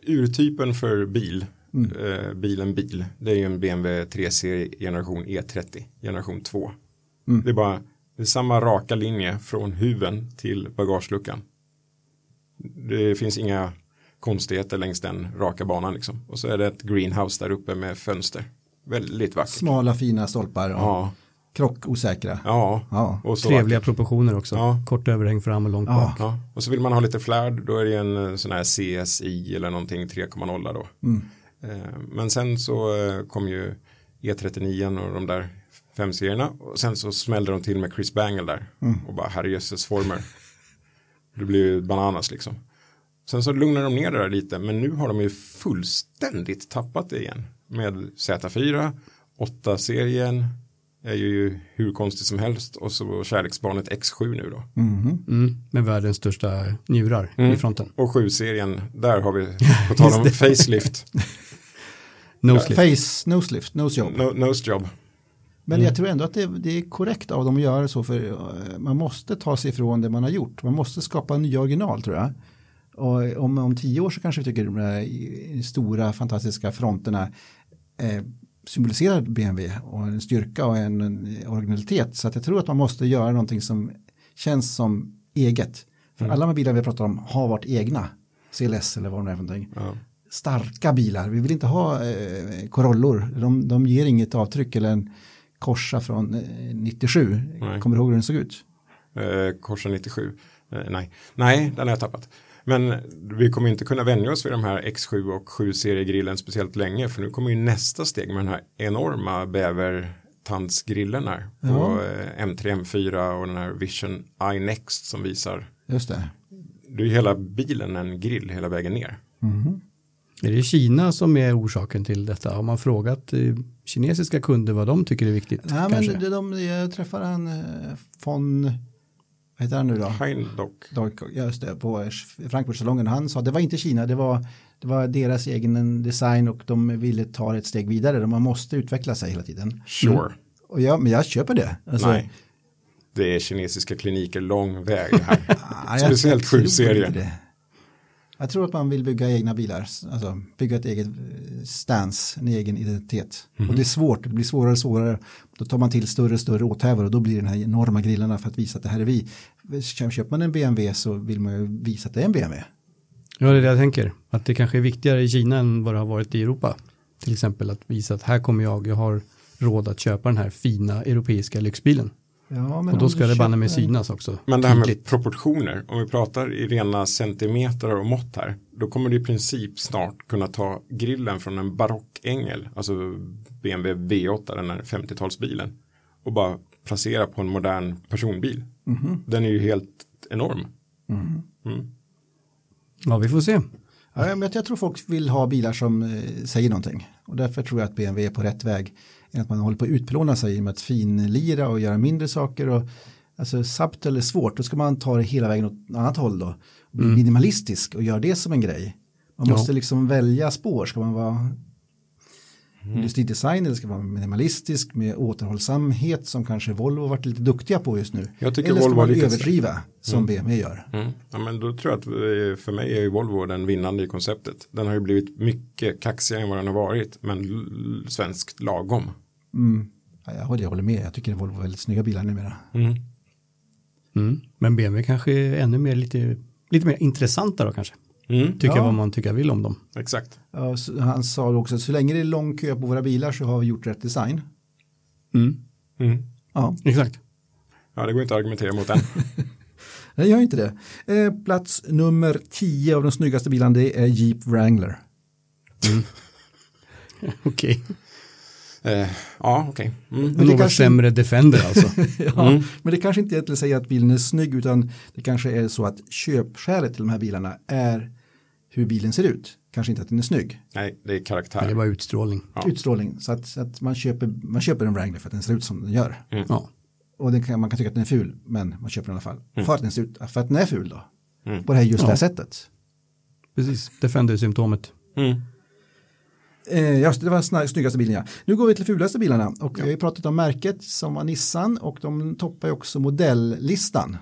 S1: urtypen för bil. Eh, bilen bil. Det är ju en BMW 3-serie generation E30, generation 2. Det är bara det är samma raka linje från huven till bagageluckan. Det finns inga konstigheter längs den raka banan liksom. Och så är det ett greenhouse där uppe med fönster. Väldigt vackert.
S3: Smala fina stolpar och
S1: Ja,
S3: krockosäkra.
S1: ja.
S3: Ja.
S1: Och så
S2: Trevliga proportioner också.
S1: Ja.
S2: Kort överhäng fram och långt bak.
S1: Ja, och så vill man ha lite flärd, då är det en eh, sån här CSI eller någonting 3,0 då. Eh, Men sen så eh, kom ju E39 och de där fem serierna och sen så smällde de till med Chris Bangle där och bara herrejösses former. Det blir ju bananas liksom. Sen så lugnar de ner det där lite men nu har de ju fullständigt tappat det igen med Z4, 8-serien är ju hur konstigt som helst och så kärleksbarnet X7 nu då.
S2: Mm, med världens största njurar
S1: Mm.
S2: i fronten.
S1: Och 7-serien, där har vi, på tal om facelift,
S2: Noselift.
S3: Face, nose lift, nose job.
S1: no, nose job.
S3: Men jag tror ändå att det, det är korrekt av dem att göra så för eh, man måste ta sig ifrån det man har gjort. Man måste skapa nya original tror jag. Och om, om tio år så kanske vi tycker de där i- i stora fantastiska fronterna eh, symboliserar BMW och en styrka och en, en originalitet. Så att jag tror att man måste göra någonting som känns som eget. För alla de här bilar vi pratar om har varit egna. CLS eller vad det är för någonting. Starka bilar, vi vill inte ha eh, Corollor, de, de ger inget avtryck eller en Corsa från eh, 97,
S1: Nej.
S3: kommer du ihåg hur den såg ut?
S1: Eh, Korsa 97. Eh, nej. nej, den har jag tappat. Men vi kommer inte kunna vänja oss vid de här X7 och 7-seriegrillen speciellt länge för nu kommer ju nästa steg med den här enorma bävertandsgrillen här på eh, M3, M4 och den här Vision iNext som visar
S3: Just det.
S1: det är ju hela bilen en grill hela vägen ner.
S2: Är det Kina som är orsaken till detta? Har man frågat eh, kinesiska kunder vad de tycker är viktigt?
S3: Nej, men
S2: kanske?
S3: de, de, jag träffade han eh, von, vad heter han nu då?
S1: Heindock.
S3: Doiko, ja, Just det, på Frankfurtsalongen. Han sa det var inte Kina, det var, det var deras egen design och de ville ta ett steg vidare. Man måste utveckla sig hela tiden.
S1: Sure.
S3: Och jag, men jag köper det. Alltså,
S1: Nej. Det är kinesiska kliniker lång väg här.
S3: [LAUGHS] ah, jag
S1: Speciellt
S3: tror inte
S1: 7-serien.
S3: det. Jag tror att man vill bygga egna bilar, alltså bygga ett eget eh, stance, en egen identitet.
S1: Mhm.
S3: Och det är svårt, det blir svårare och svårare. Då tar man till större och större åthävor och då blir det de här enorma grillarna för att visa att det här är vi. Kö- Köper man en BMW så vill man ju visa att det är en BMW.
S2: Ja, det är det jag tänker. Att det kanske är viktigare i Kina än vad det har varit i Europa. Till exempel att visa att här kommer jag, jag har råd att köpa den här fina europeiska lyxbilen.
S3: Ja, men
S2: Och då
S3: om
S2: ska
S3: du
S2: det banne
S3: köper
S2: mig
S3: en-
S2: synas också.
S1: Men det här med
S2: Tydligt.
S1: proportioner, om vi pratar i rena centimeter och mått här, då kommer du i princip snart kunna ta grillen från en barockängel, alltså BMW V8, den här 50-talsbilen, och bara placera på en
S3: Mhm.
S1: modern personbil. Den är ju helt enorm. Mm.
S2: Ja, vi får se.
S3: Ja, men jag- jag tror folk vill ha bilar som eh, säger någonting. Och därför tror jag att BMW är på rätt väg. Än att man håller på att utplåna sig med att finlira och göra mindre saker. Och, alltså subtle är svårt, då ska man ta det hela vägen åt ett annat håll då. Och bli minimalistisk och göra det som en grej. Man
S2: Mm. Ja.
S3: måste liksom välja spår, ska man vara
S1: Mm.
S3: industridesign eller ska man vara minimalistisk med återhållsamhet som kanske Volvo varit lite duktiga på just nu.
S1: Jag tycker
S3: eller ska
S1: Volvo
S3: man
S1: har lyckats.
S3: överdriva som BMW gör.
S1: Mm. Ja, men då tror jag att eh, för mig är ju Volvo den vinnande i konceptet. Den har ju blivit mycket kaxigare än vad den har varit, men l- svenskt lagom.
S3: Ja, jag håller- jag håller med, jag tycker Volvo är väldigt snygga bilar numera.
S2: Mm. Men BMW kanske är ännu mer lite, lite mer intressanta då kanske.
S1: Mm.
S2: Tycker
S3: Ja.
S2: vad man tycker vill om dem.
S1: Exakt.
S3: Ja, så han sa också att så länge det är lång kö på våra bilar så har vi gjort rätt design.
S2: Mm.
S1: Mm.
S3: Ja,
S2: Exakt.
S1: Ja, det går inte att argumentera
S2: [LAUGHS]
S1: mot den.
S3: jag gör inte det. Eh, plats nummer 10 av de snyggaste bilarna det är Jeep Wrangler.
S2: Okej.
S1: eh, ja, okej. Mm.
S3: Men det
S2: Något
S3: kanske-
S2: sämre Defender alltså.
S3: [LAUGHS] ja, Men det kanske inte egentligen säger att bilen är snygg utan det kanske är så att köpskälet till de här bilarna är hur bilen ser ut. Kanske inte att den är snygg.
S1: Nej, det är
S2: Men det
S1: karaktär.
S2: var utstrålning.
S3: Utstrålning, så att, så att man, köper, man köper en Wrangler för att den ser ut som den gör.
S2: Ja.
S3: Och den kan, man kan tycka att den är ful, men man köper den i alla fall. För, att den ser ut, för att den är ful då. På det här just det här sättet.
S2: Precis, Defender-symptomet.
S3: Eh, just, det, det var sna- snyggaste bilen ja. Nu går vi till fulaste bilarna och vi har ju pratat om märket som var Nissan och de toppar ju också modelllistan.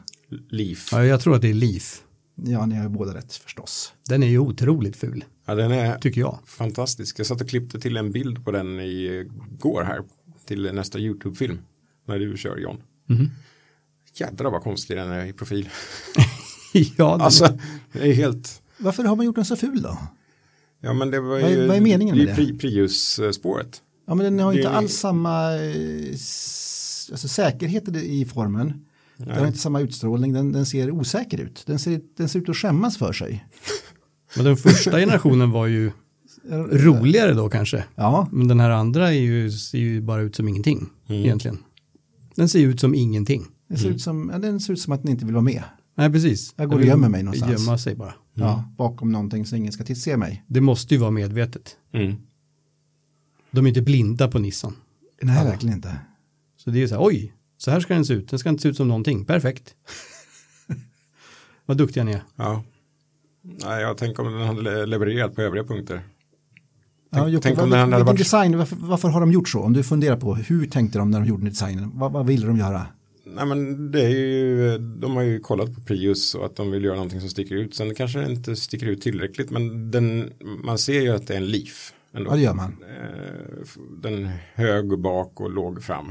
S1: Leaf.
S2: Ja, jag tror att det är Leaf.
S3: Ja, ni har ju båda rätt förstås.
S2: Den är ju otroligt
S3: [LAUGHS]
S2: ful,
S1: Ja, den är
S2: tycker jag.
S1: fantastisk. Jag satt och klippte till en bild på den igår här till nästa YouTube-film. När du kör John.
S2: Mhm.
S1: Jädrar vad konstig den är i
S2: [LAUGHS]
S1: profil.
S2: ja, den
S1: Alltså, det är helt...
S3: Varför har man gjort den så ful då?
S1: Ja men det var ju,
S3: Vad är- vad är meningen med
S1: är
S3: det?
S1: Pri, Prius-spåret.
S3: Ja, men den har ju
S1: Det-
S3: inte alls samma eh, s- alltså, säkerhet i- i formen. Den har inte samma utstrålning, den, den ser osäker ut. Den ser, den ser ut att skämmas för sig.
S2: Men den första generationen var ju roligare då kanske.
S3: Ja,
S2: Men den här andra är ju, ser ju bara ut som ingenting
S3: Mm.
S2: egentligen. Den ser ju ut som ingenting.
S3: den ser, ut som, ja, den ser ut som att den inte vill vara med.
S2: Nej, precis.
S3: Jag går och
S2: vill
S3: gömmer mig någonstans.
S2: Gömma sig bara.
S1: Mm.
S3: Ja, bakom någonting så ingen ska titta se mig.
S2: Det måste ju vara medvetet.
S3: Mm.
S2: De är inte blinda på Nissan.
S3: Nej, verkligen inte.
S2: Så det är ju så här, oj, så här ska den se ut. Den ska inte se ut som någonting.
S3: [LAUGHS]
S2: Perfekt. Vad duktiga ni är.
S1: Ja. Nej, jag tänker om den hade le- levererat på övriga punkter.
S3: Ja, Jocke,
S1: tänk om den
S3: vad-
S1: hade
S3: vilken
S1: varit-
S3: design, varför, varför har de gjort så? Om du funderar på hur tänkte de när de gjorde designen? Vad, vad ville de göra?
S1: Nej men det är ju, de har ju kollat på Prius och att de vill göra någonting som sticker ut. Sen kanske det inte sticker ut tillräckligt men den, man ser ju att det är en Leaf. Ändå.
S3: Ja, det gör man.
S1: Eh, f- Den är hög bak och låg fram.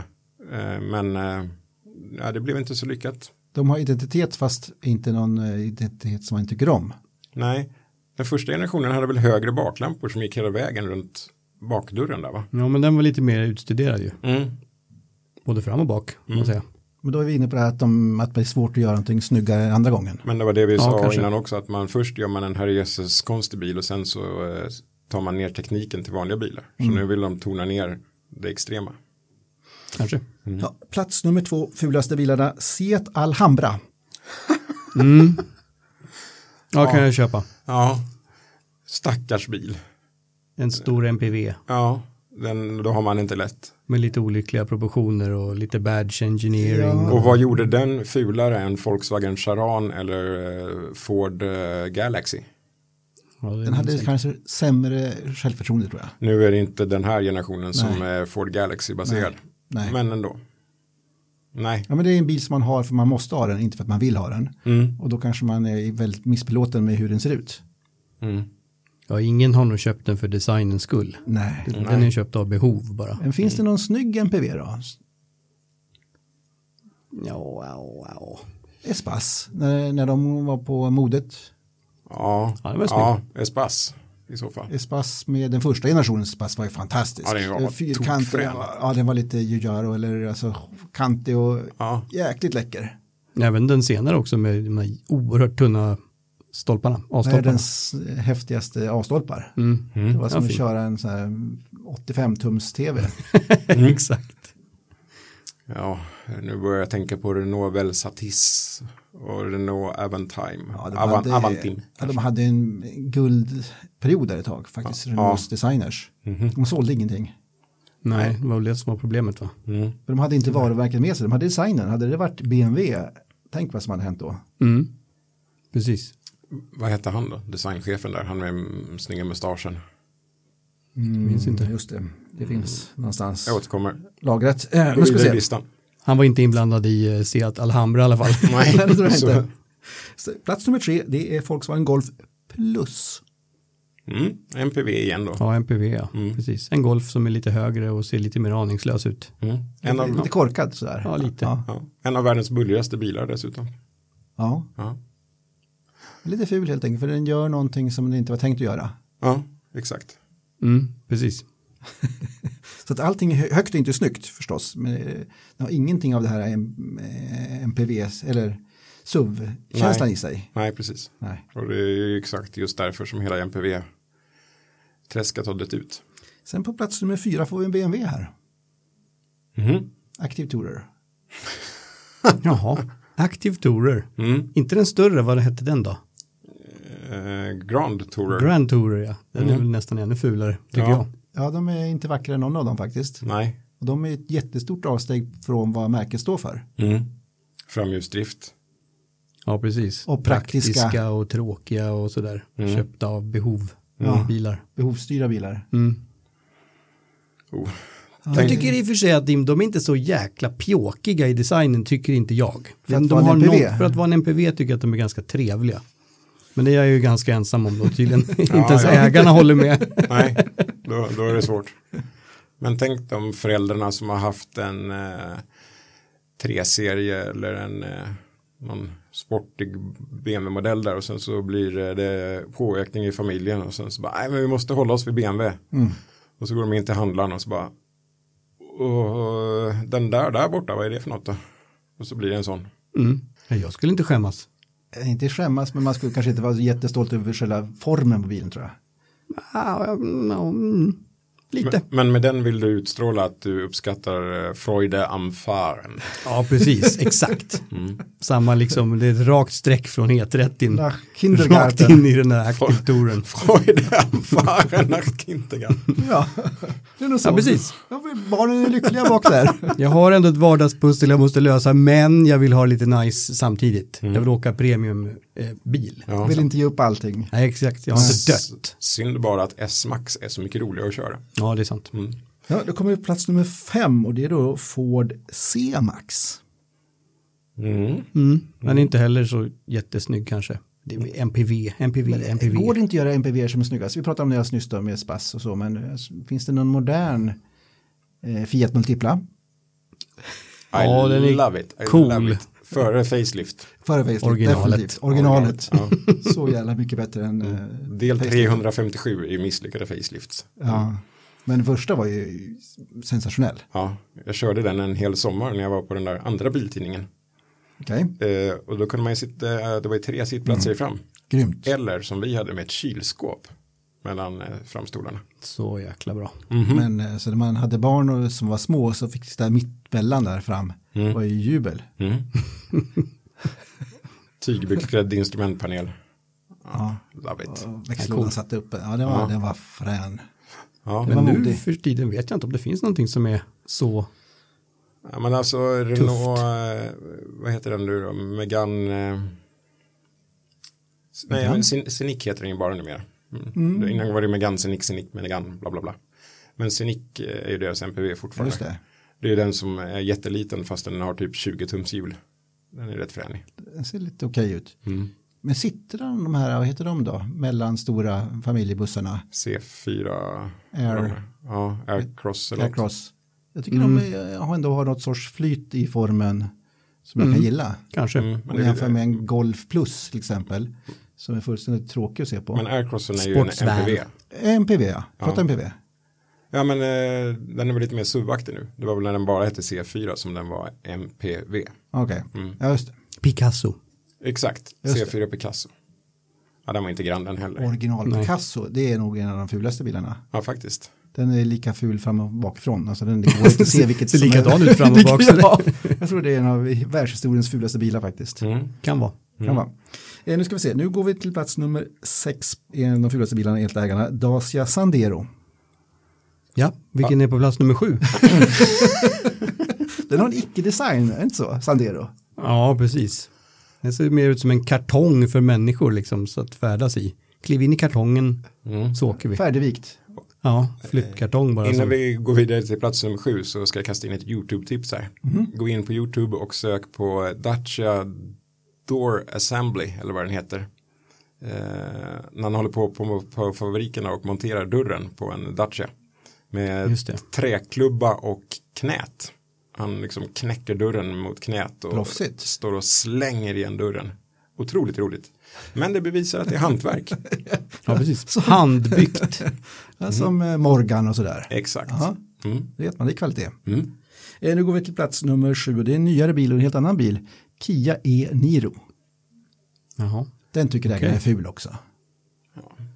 S1: Eh, Men eh, ja, det blev inte så lyckat.
S3: De har identitet fast inte någon eh, identitet som man tycker om.
S1: Nej, den första generationen hade väl högre baklampor som gick hela vägen runt bakdörren där va?
S2: Ja, men den var lite mer utstuderad ju.
S1: Mm.
S2: Både fram och bak, kan man säga.
S3: Men då är vi inne på det här att, de, att det är svårt att göra någonting snyggare än andra gången.
S1: Men det var det vi sa
S2: kanske.
S1: innan också, att man först gör man en herrejösses konstig bil och sen så eh, tar man ner tekniken till vanliga bilar.
S2: Mm.
S1: Så nu vill de tona ner det extrema.
S2: Kanske.
S1: Mm.
S3: Ja, plats nummer två, fulaste bilarna, Seat Alhambra.
S2: Ja, kan jag köpa.
S1: Ja, stackars bil.
S2: En stor MPV
S1: Ja, den, då har man inte lätt.
S2: med lite olyckliga proportioner och lite badge engineering.
S1: Och vad gjorde den fulare än Volkswagen Charan eller eh, Ford eh, Galaxy?
S2: Ja, det är
S1: Mm,
S3: Den hade kanske sämre självförtroende tror jag.
S1: Nu är det inte den här generationen som är Ford Galaxy baserad.
S3: Nej.
S1: Men ändå. Nej,
S3: Ja, men det är en bil som man har för man måste ha den, inte för att man vill ha den.
S1: Mm.
S3: Och då kanske man är väldigt missbelåten med hur den ser ut.
S2: Ja, ingen har nog köpt den för designens skull.
S3: Nej.
S1: Mm.
S2: Den är köpt av behov bara.
S3: Men finns det någon snygg MPV då?
S2: Ja, wow, wow.
S3: Espas, när, när de var på modet.
S1: ja,
S2: Ja,
S1: ja,
S2: det var
S1: Espace i så
S2: [LAUGHS]
S1: fall.
S3: Espas med den första generationens Espas var ju fantastisk.
S1: Ja, den var
S3: Eh, Fyrkantig,
S1: tokfrän.
S3: den var- ja den var lite Giugiaro eller alltså kantig och
S1: Ja.
S3: jäkligt läcker.
S2: Även den senare också med de här oerhört tunna stolparna, A-stolparna.
S3: Världens häftigaste A-stolpar.
S1: Mm.
S3: Det var som
S2: Ja,
S3: att
S1: [LAUGHS]
S2: fint.
S3: köra en sån här 85-tums-tv.
S2: Exakt.
S1: Ja, nu börjar jag tänka på Renault Velsatis och Renault Avantime.
S3: Ja, de,
S1: Avan,
S3: hade,
S1: Avantim.
S3: ja, de hade en guldperiod där ett tag faktiskt, Renaults designers.
S1: Mhm.
S3: De sålde ingenting.
S2: Nej, det var väl det som var problemet va?
S3: För de hade inte varumärket med sig, de hade designern. Hade det varit BMW, tänk vad som hade hänt då.
S2: Mm. Precis.
S1: Vad hette han då? Designchefen där, han med mm, snygga mustaschen.
S2: Minns inte.
S3: Mm, Just det, det finns någonstans
S1: Mm. Jag återkommer.
S3: lagrat. Eh,
S1: Gå
S3: nu ska
S1: vidare i
S3: vi se.
S1: listan.
S2: Han var inte inblandad i eh, Seat Alhambra i alla fall. [LAUGHS]
S1: Nej,
S3: [LAUGHS] Nej, det tror jag
S1: så-
S3: inte. Så, plats nummer tre, det är Volkswagen Golf Plus.
S1: Mm, MPV igen då.
S2: ja, MPV ja.
S1: Mm.
S2: Precis. En Golf som är lite högre och ser lite mer aningslös ut.
S1: Mm. En, av,
S3: Lite korkad sådär.
S2: Ja, lite.
S3: Ja,
S1: ja, en av världens bullrigaste bilar dessutom.
S3: ja.
S1: Ja,
S3: Lite ful helt enkelt, för den gör någonting som den inte var tänkt att göra.
S1: ja exakt.
S2: Mm, precis.
S3: Så att allting är hö- högt är inte snyggt förstås, men eh, den har ingenting av det här M- eh, MPVs eller SUV-känslan
S1: Nej.
S3: i sig.
S1: Nej, precis.
S3: Nej.
S1: Och det är ju exakt just därför som hela MPV-träsket har dött ut.
S3: Sen på plats nummer fyra får vi en BMW här,
S1: Mhm.
S3: Active Tourer.
S2: Jaha, Active Tourer.
S1: Mm.
S2: Inte den större, vad hette den då?
S1: Eh, Grand Tourer.
S2: Grand Tourer ja. Den är väl nästan ännu fulare tycker
S1: Mm. Ja.
S2: jag.
S3: Ja, de är inte vackrare än någon av dem faktiskt.
S1: Nej.
S3: Och de är ett jättestort avsteg från vad märket står för.
S1: Mm. Framhjulsdrift.
S2: Ja, precis.
S3: Och praktiska.
S2: och tråkiga och sådär.
S1: Mm.
S2: Köpta av behov. Bilar.
S3: Behovsstyrda bilar.
S1: Oh.
S2: Jag tycker i och för sig att de, de är inte så jäkla pjåkiga i designen, tycker inte jag.
S3: För
S2: de
S3: att vara en
S2: har
S3: MPV.
S2: något- för att vara en MPV tycker jag att de är ganska trevliga. Men det är jag ju ganska ensam om då tydligen. inte
S1: [LAUGHS]
S2: ens
S1: ja.
S2: ägarna
S1: [LAUGHS]
S2: håller med.
S1: Nej, då, då är det svårt. Men tänk de föräldrarna som har haft en eh, 3-serie eller en eh, någon sportig BMW-modell där och sen så blir det- det påökning i familjen och sen så bara, nej men vi måste hålla oss vid BMW. Och så går de in till handlaren och så bara, och eh, den där där borta, vad är det för något då? Och så blir det en sån.
S2: Mm. Nej, Jag skulle inte skämmas.
S3: Eh, Inte skämmas, men man skulle kanske inte vara jättestolt över själva formen på bilen tror jag.
S2: Ah, ja, mm, lite.
S1: Men, men med den vill du utstråla att du uppskattar eh, Freude am Fahren.
S2: Ja, precis. Exakt. Samma liksom, det är ett rakt streck från heträtten.
S3: Nach
S2: [LAUGHS] Rakt
S3: Kindergarten.
S2: in i den där aktivtoren.
S1: Freude am Fahren nach Kindergarten.
S3: Ja, [LAUGHS] det är nog så.
S2: Ja, precis.
S3: Ja, men Barnen är lyckliga bak
S2: [LAUGHS]
S3: där.
S2: Jag har ändå ett vardagspussel jag måste lösa, men jag vill ha lite nice samtidigt. Jag vill åka premiumbil. Eh, bil.
S3: Vill inte ge upp allting.
S2: Nej, exakt. Jag har inte dött.
S1: Synd bara att S-Max är så mycket roligare att köra.
S2: Ja, det är sant.
S3: Ja, då kommer vi på plats nummer fem och det är då Ford C-Max.
S2: Mm. Men inte heller så jättesnygg kanske. Det är MPV, MPV, MPV.
S3: Går det inte att göra MPV som är snyggast? Vi pratade om det alldeles nyss då med Spass och så, men eh, finns det någon modern eh, Fiat Multipla?
S1: I
S2: Ja, den är
S1: love it. I
S2: cool.
S1: love it. Före facelift.
S3: Före facelift,
S2: Originalet. Mm.
S3: definitivt. Originalet. [LAUGHS] så jävla mycket bättre än... eh,
S1: Del
S3: facelift.
S1: 357 i misslyckade facelifts.
S3: Ja. Men den första var ju sensationell.
S1: Ja, jag körde den en hel sommar när jag var på den där andra biltidningen.
S3: Okej,
S1: Eh, och då kunde man ju sitta, eh, det var ju tre
S2: Mm.
S1: sittplatser i fram.
S3: grymt.
S1: Eller som vi hade med ett kylskåp mellan eh, framstolarna.
S2: Så jäkla bra.
S3: Men eh, så när man hade barn och, som var små så fick det där mittemellan där fram.
S2: Mm.
S3: Det var ju jubel.
S2: [LAUGHS]
S1: Tygbeklädd instrumentpanel. Ja, love it.
S3: Växellådan satte upp. Ja, den var, den var frän.
S1: Ja.
S3: var
S2: Men nu
S3: modig.
S2: för tiden vet jag inte om det finns någonting som är så.
S1: Ja, men alltså Renault, eh, vad heter den nu då, Megan, eh, nej, men Cen- Scenic heter den ju bara numera. Mm. Innan var det Megan, Scenic, Scenic, Megan, bla bla bla. Men Scenic eh, är ju deras MPV fortfarande.
S3: Just det.
S1: det är den som är jätteliten fast den har typ 20 tums hjul. Den är rätt fränig.
S3: Den ser lite okej ut. Men sitter de, de här, vad heter de då, mellan stora familjebussarna,
S1: C4,
S3: Air.
S1: ja, Aircross eller något.
S3: Aircross? Jag tycker de eh, har ändå har något sorts flyt i formen som jag kan gilla.
S2: Kanske.
S3: Om jag jämför med en Golf Plus till exempel, som är fullständigt tråkig att se på.
S1: Men Aircrossen är ju en
S2: Sportsvan.
S1: MPV.
S3: MPV, ja. Prata MPV.
S1: Ja men eh, den är väl lite mer SUV-aktig nu. Det var väl när den bara hette C4 som den var MPV.
S3: Okej, ja just det.
S2: Picasso.
S1: Exakt,
S3: Just
S1: C4 Picasso. Ja, den var inte grann den heller.
S3: Original Picasso, det är nog en av de fulaste bilarna.
S1: Ja, faktiskt.
S3: Den är lika ful fram och bakifrån. Alltså den det går inte att se vilket
S2: Ser
S3: som är-
S2: likadan ut
S3: [LAUGHS]
S2: fram och bak, så det-
S3: ja, jag tror det är en av världshistoriens fulaste bilar faktiskt.
S2: Kan vara.
S3: Kan vara. Eh, nu ska vi se, nu går vi till plats nummer sex i en av de fulaste bilarna enligt ägarna, Dacia Sandero.
S2: Ja, vilken är på plats nummer sju?
S3: Den har en icke-design, är det inte så? Sandero.
S2: Ja, precis. Den ser mer ut som en kartong för människor liksom, så att färdas i. Kliv in i kartongen så åker vi.
S3: Färdigvikt.
S2: Ja, flyttkartong bara.
S1: Innan
S2: Som,
S1: vi går vidare till plats nummer sju så ska jag kasta in ett YouTube-tips här.
S2: Mhm.
S1: Gå in på YouTube och sök på Dacia Door Assembly eller vad den heter. Eh, när han håller på, på på fabrikerna och monterar dörren på en Dacia. Med
S2: Just det.
S1: träklubba och knät. Han liksom knäcker dörren mot knät och
S3: Proffsigt.
S1: står och slänger igen dörren. Otroligt roligt. Men det bevisar att det är
S2: [LAUGHS]
S1: hantverk.
S2: ja,
S3: [LAUGHS]
S2: precis. Handbyggt.
S3: Ja, Som eh, Morgan och sådär.
S1: Exakt.
S3: Jaha.
S1: Mm.
S3: Det vet man, det är kvalitet. Eh, nu går vi till plats nummer sju och det är en nyare bil och en helt annan bil. Kia E Niro.
S2: Jaha.
S3: Den tycker ägaren är ful också.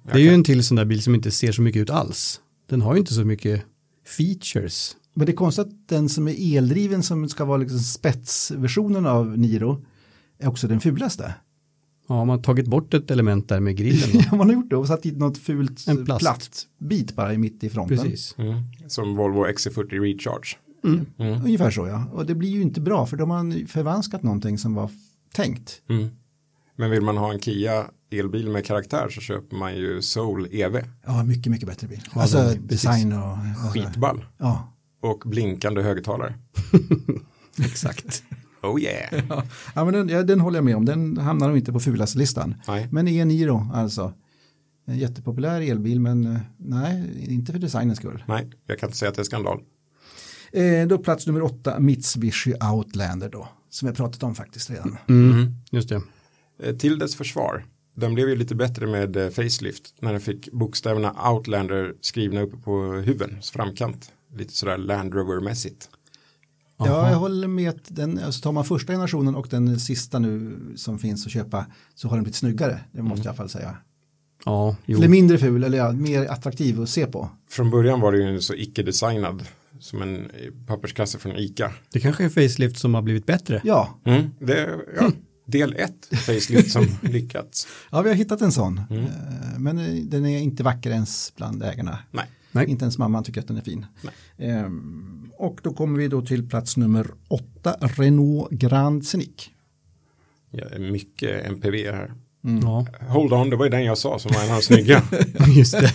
S2: Det är ju en till sån där bil som inte ser så mycket ut alls. Den har ju inte så mycket features.
S3: Men det är konstigt att den som är eldriven som ska vara liksom spetsversionen av Niro är också den fulaste.
S2: Ja, man har tagit bort ett element där med grillen.
S3: [LAUGHS]
S2: då.
S3: Man har gjort det och satt dit något fult
S2: En plast.
S3: platt bit bara i mitt i fronten.
S2: Precis.
S1: Mm. Som Volvo XC40 Recharge.
S3: Ungefär så ja. Och det blir ju inte bra för de har förvanskat någonting som var tänkt.
S1: Men vill man ha en Kia elbil med karaktär så köper man ju Soul E EV.
S3: Ja, mycket, mycket bättre bil. alltså design och...
S1: Skitball.
S3: Ja.
S1: Och blinkande högtalare.
S2: Exakt.
S1: Oh yeah.
S3: [LAUGHS] Ja, men den, ja, den håller jag med om. Den hamnar nog inte på fulaste listan.
S1: Nej.
S3: Men E Niro alltså. En jättepopulär elbil men eh, nej, inte för designens skull.
S1: Nej, jag kan inte säga att det är skandal.
S3: Eh, då plats nummer åtta, Mitsubishi Outlander då. Som jag pratat om faktiskt redan.
S2: Just det.
S1: Eh, Till dess försvar. Den blev ju lite bättre med eh, facelift när den fick bokstäverna Outlander skrivna uppe på huvudens framkant. Lite sådär Land Rover-mässigt.
S3: Ja, jag håller med. att Den, alltså tar man första generationen och den sista nu som finns att köpa så har den blivit snyggare. Det måste jag i alla fall säga.
S2: Ja, Mm. jo.
S3: Eller mindre ful eller ja, mer attraktiv att se på.
S1: Från början var det ju så icke-designad som en eh, papperskasse från ICA.
S2: Det kanske är facelift som har blivit bättre.
S3: Ja,
S1: Mm. Det, ja. Del ett facelift som [LAUGHS] lyckats.
S3: ja vi har hittat en sån.
S2: Mm.
S3: Eh, Men eh, den är inte vacker ens bland ägarna.
S1: Nej.
S2: Nej.
S3: Inte ens mamman tycker att den är fin. Ehm, och då kommer vi då till plats nummer åtta, Renault Grand Scenic.
S1: Ja, det är mycket MPV här.
S2: Ja,
S1: Hold on, det var ju den jag sa som var en av de
S2: [LAUGHS]
S1: snygga.
S3: [LAUGHS]
S2: just det.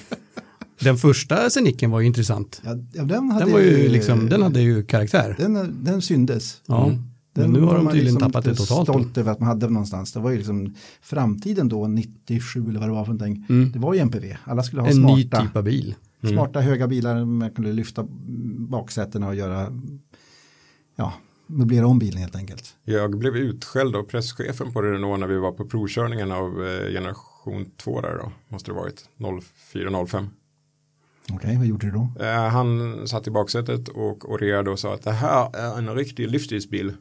S2: [LAUGHS] Den första sceniken var ju intressant.
S3: Ja, ja, den, hade
S2: Den var ju liksom, den hade ju karaktär.
S3: den, den syndes. Mm.
S2: Ja, men nu
S3: var
S2: har de
S3: man
S2: tydligen
S3: liksom
S2: tappat
S3: lite
S2: det totalt. då.
S3: stolt över att man hade någonstans. Det var ju liksom framtiden då, 97 eller vad det var för någonting. Det var ju MPV. Alla skulle ha
S2: En ny
S3: smarta,
S2: typ av bil.
S3: smarta höga bilar. Man kunde lyfta mm, baksätena och göra, ja, möblera om bilen helt enkelt.
S1: Jag blev utskälld av presschefen på Renault när vi var på provkörningen av eh, generation 2 där då, måste det varit, 0405.
S3: Okej, vad gjorde du då?
S1: Eh, han satt i baksätet och orerade och sa att det här är en riktig livsstilsbil.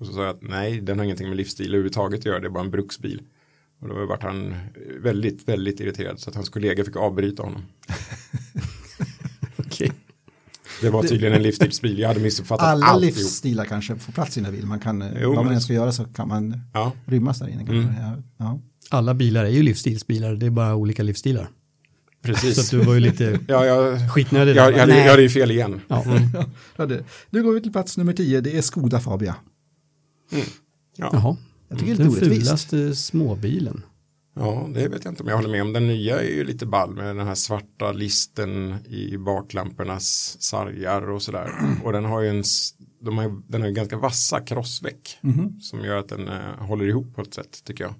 S1: Och så sa jag att nej, den har ingenting med livsstil överhuvudtaget att göra, det är bara en bruksbil. Och då vart han väldigt, väldigt irriterad så att hans kollega fick avbryta honom.
S2: Okej.
S1: Det var tydligen en livsstilsbil, jag hade missuppfattat
S3: Alla
S1: alltihop.
S3: livsstilar kanske får plats i den här bilen. Man kan, eh,
S1: Jo,
S3: vad man
S1: men-
S3: än ska göra så kan man
S1: Ja.
S3: rymmas där inne. kanske. Ja, ja.
S2: Alla bilar är ju livsstilsbilar, det är bara olika livsstilar. Så att
S1: Precis.
S2: du var ju
S3: [LAUGHS]
S2: lite
S1: Ja, jag,
S2: skitnödig.
S1: jag, jag,
S2: där.
S1: hade-
S2: Nej.
S1: jag hade ju fel igen.
S2: Ja.
S3: Ja, det. Nu går vi till plats nummer 10, det är Skoda Fabia.
S2: Jaha.
S3: Jag tycker det är
S2: Den
S3: lite orättvist.
S2: fulaste småbilen.
S1: Ja, det vet jag inte om jag håller med om. Den nya är ju lite ball med den här svarta listen i baklampornas sargar och sådär. Och den har ju en, s- de har, ju- den har ju ganska vassa krossväck som gör att den eh, håller ihop på ett sätt tycker jag.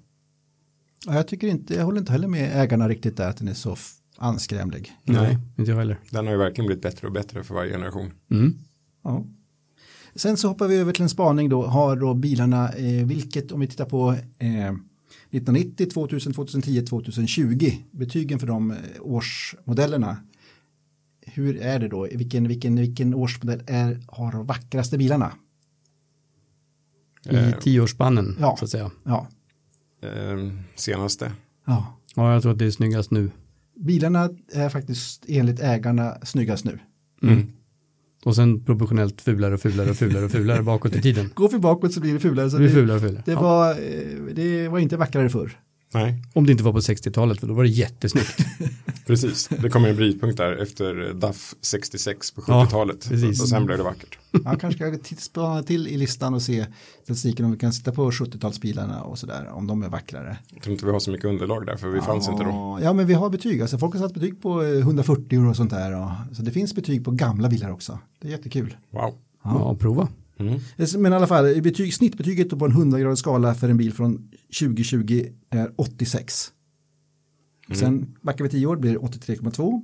S3: Ja, jag, tycker inte, jag håller inte heller med ägarna riktigt där att den är så f- anskrämlig.
S2: Nej, inte jag heller.
S1: Den har ju verkligen blivit bättre och bättre för varje generation.
S3: Ja. Sen så hoppar vi över till en spaning då, har då bilarna, eh, vilket om vi tittar på eh, 1990, 2000, 2010, 2020, betygen för de eh, årsmodellerna. Hur är det då? Vilken, vilken, vilken årsmodell är, har de vackraste bilarna?
S2: I tioårsspannen,
S3: Eh. Ja.
S2: så att säga.
S3: Ja.
S1: Eh, senaste.
S3: ja.
S2: Ja, jag tror att det är snyggast nu.
S3: bilarna är faktiskt enligt ägarna snyggast nu.
S2: Och sen proportionellt fulare och fulare och fulare och fulare bakåt i
S3: [LAUGHS]
S2: tiden.
S3: Går vi bakåt så blir det fulare. Så
S2: Det blir fulare och fulare.
S3: Det,
S2: Ja.
S3: var, eh, det var inte
S2: [LAUGHS]
S3: vackrare förr.
S1: Nej,
S2: Om det inte var på 60-talet, för då var det jättesnyggt.
S1: precis. Det kom en brytpunkt där efter DAF 66 på
S2: Ja,
S1: 70-talet.
S2: precis.
S1: och sen blev det vackert.
S3: Man kanske ska titt- spana till i listan och se statistiken om vi kan sitta på 70-talsbilarna och sådär, om de är vackrare.
S1: Jag tror inte vi har så mycket underlag där för vi fanns inte då.
S3: Ja, men vi har betyg. Alltså, folk har satt betyg på eh, 140 och sånt där. Och, så det finns betyg på gamla bilar också. Det är jättekul.
S1: Wow.
S2: Ja, prova.
S3: Eh, Men i alla fall, betyg, snittbetyget på en 100-gradig skala för en bil från 2020 är 86.
S1: Mm.
S3: Sen backar vi 10 år blir det 83,2.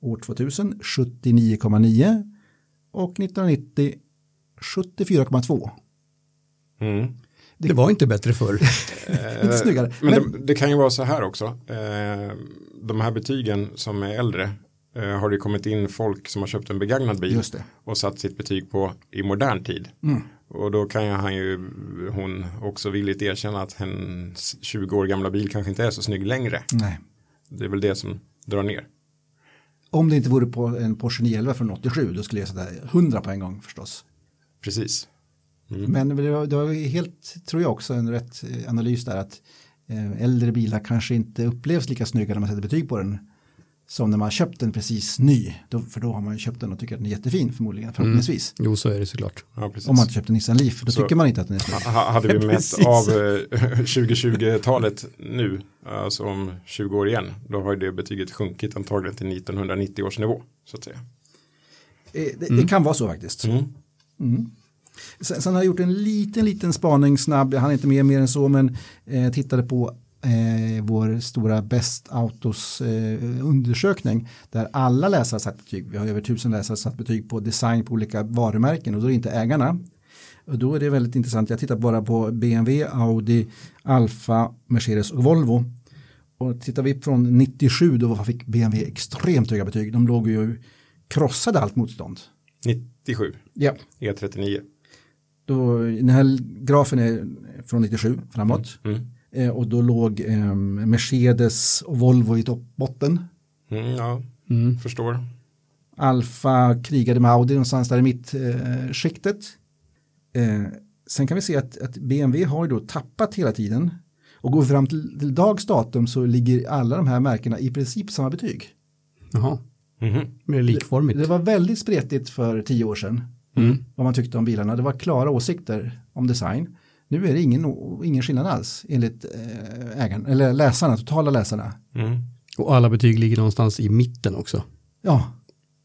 S3: År 2000 79,9. Och 1990 74,2.
S1: Mm.
S2: Det var inte bättre förr.
S3: Lite snyggare.
S1: Eh, Men,
S3: Men,
S1: det, det kan ju vara så här också. Eh, de här betygen som är äldre eh, har det kommit in folk som har köpt en begagnad bil
S3: Just det. Mm.
S1: och satt sitt betyg på i modern tid. Och då kan ju han ju, hon också villigt erkänna att hennes 20 år gamla bil kanske inte är så snygg längre.
S3: nej.
S1: Det är väl det som drar ner.
S3: Om det inte vore på en Porsche 911 från 87 då skulle jag sätta 100 på en gång förstås.
S1: Precis.
S3: Men det var, det var ju helt, tror jag också, en rätt eh, analys där att eh, äldre bilar kanske inte upplevs lika snygga när man sätter betyg på den som när man har köpt den precis ny. Då, för då har man ju köpt den och tycker att den är jättefin förmodligen, förhoppningsvis.
S2: Jo, så är det såklart.
S1: Ja, precis.
S3: Om man inte köpt en Nissan Leaf, då tycker man inte att den är snygg.
S1: Ha- Hade
S3: [LAUGHS]
S1: vi mätt
S3: Precis.
S1: av eh, [LAUGHS] 2020-talet nu, alltså om 20 år igen, då har ju det betyget sjunkit antagligen till 1990 års nivå. Så att säga.
S3: Eh, Det, det kan vara så faktiskt. Mm. Sen, sen har jag gjort en liten, liten spaning snabb, jag hann inte med mer än så, men eh, tittade på eh, vår stora Best Autos eh, undersökning där alla läsare satt betyg, vi har över tusen läsare satt betyg på design på olika varumärken och då är det inte ägarna. Och då är det väldigt intressant, jag tittar bara på BMW, Audi, Alfa, Mercedes och Volvo. Och tittar vi från 97 då fick BMW extremt höga betyg, de låg ju krossade allt motstånd.
S1: 97,
S3: Ja.
S1: E E39.
S3: Då, den här grafen är från 97 framåt. Eh, och då låg eh, Mercedes och Volvo i toppbotten.
S1: Mm, ja, förstår.
S3: Alfa krigade med Audi någonstans där i mittskiktet. Eh, skiktet. eh, sen kan vi se att, att BMW har ju då tappat hela tiden. Och går vi fram till, till dags datum så ligger alla de här märkena i princip samma betyg.
S2: Jaha,
S1: Mhm.
S2: mer likformigt.
S3: Det var väldigt spretigt för tio år sedan. Vad man tyckte om bilarna. Det var klara åsikter om design. Nu är det ingen, ingen skillnad alls enligt eh, ägaren, eller läsarna, totala läsarna.
S1: Mm.
S2: Och alla betyg ligger någonstans i mitten också.
S3: Ja,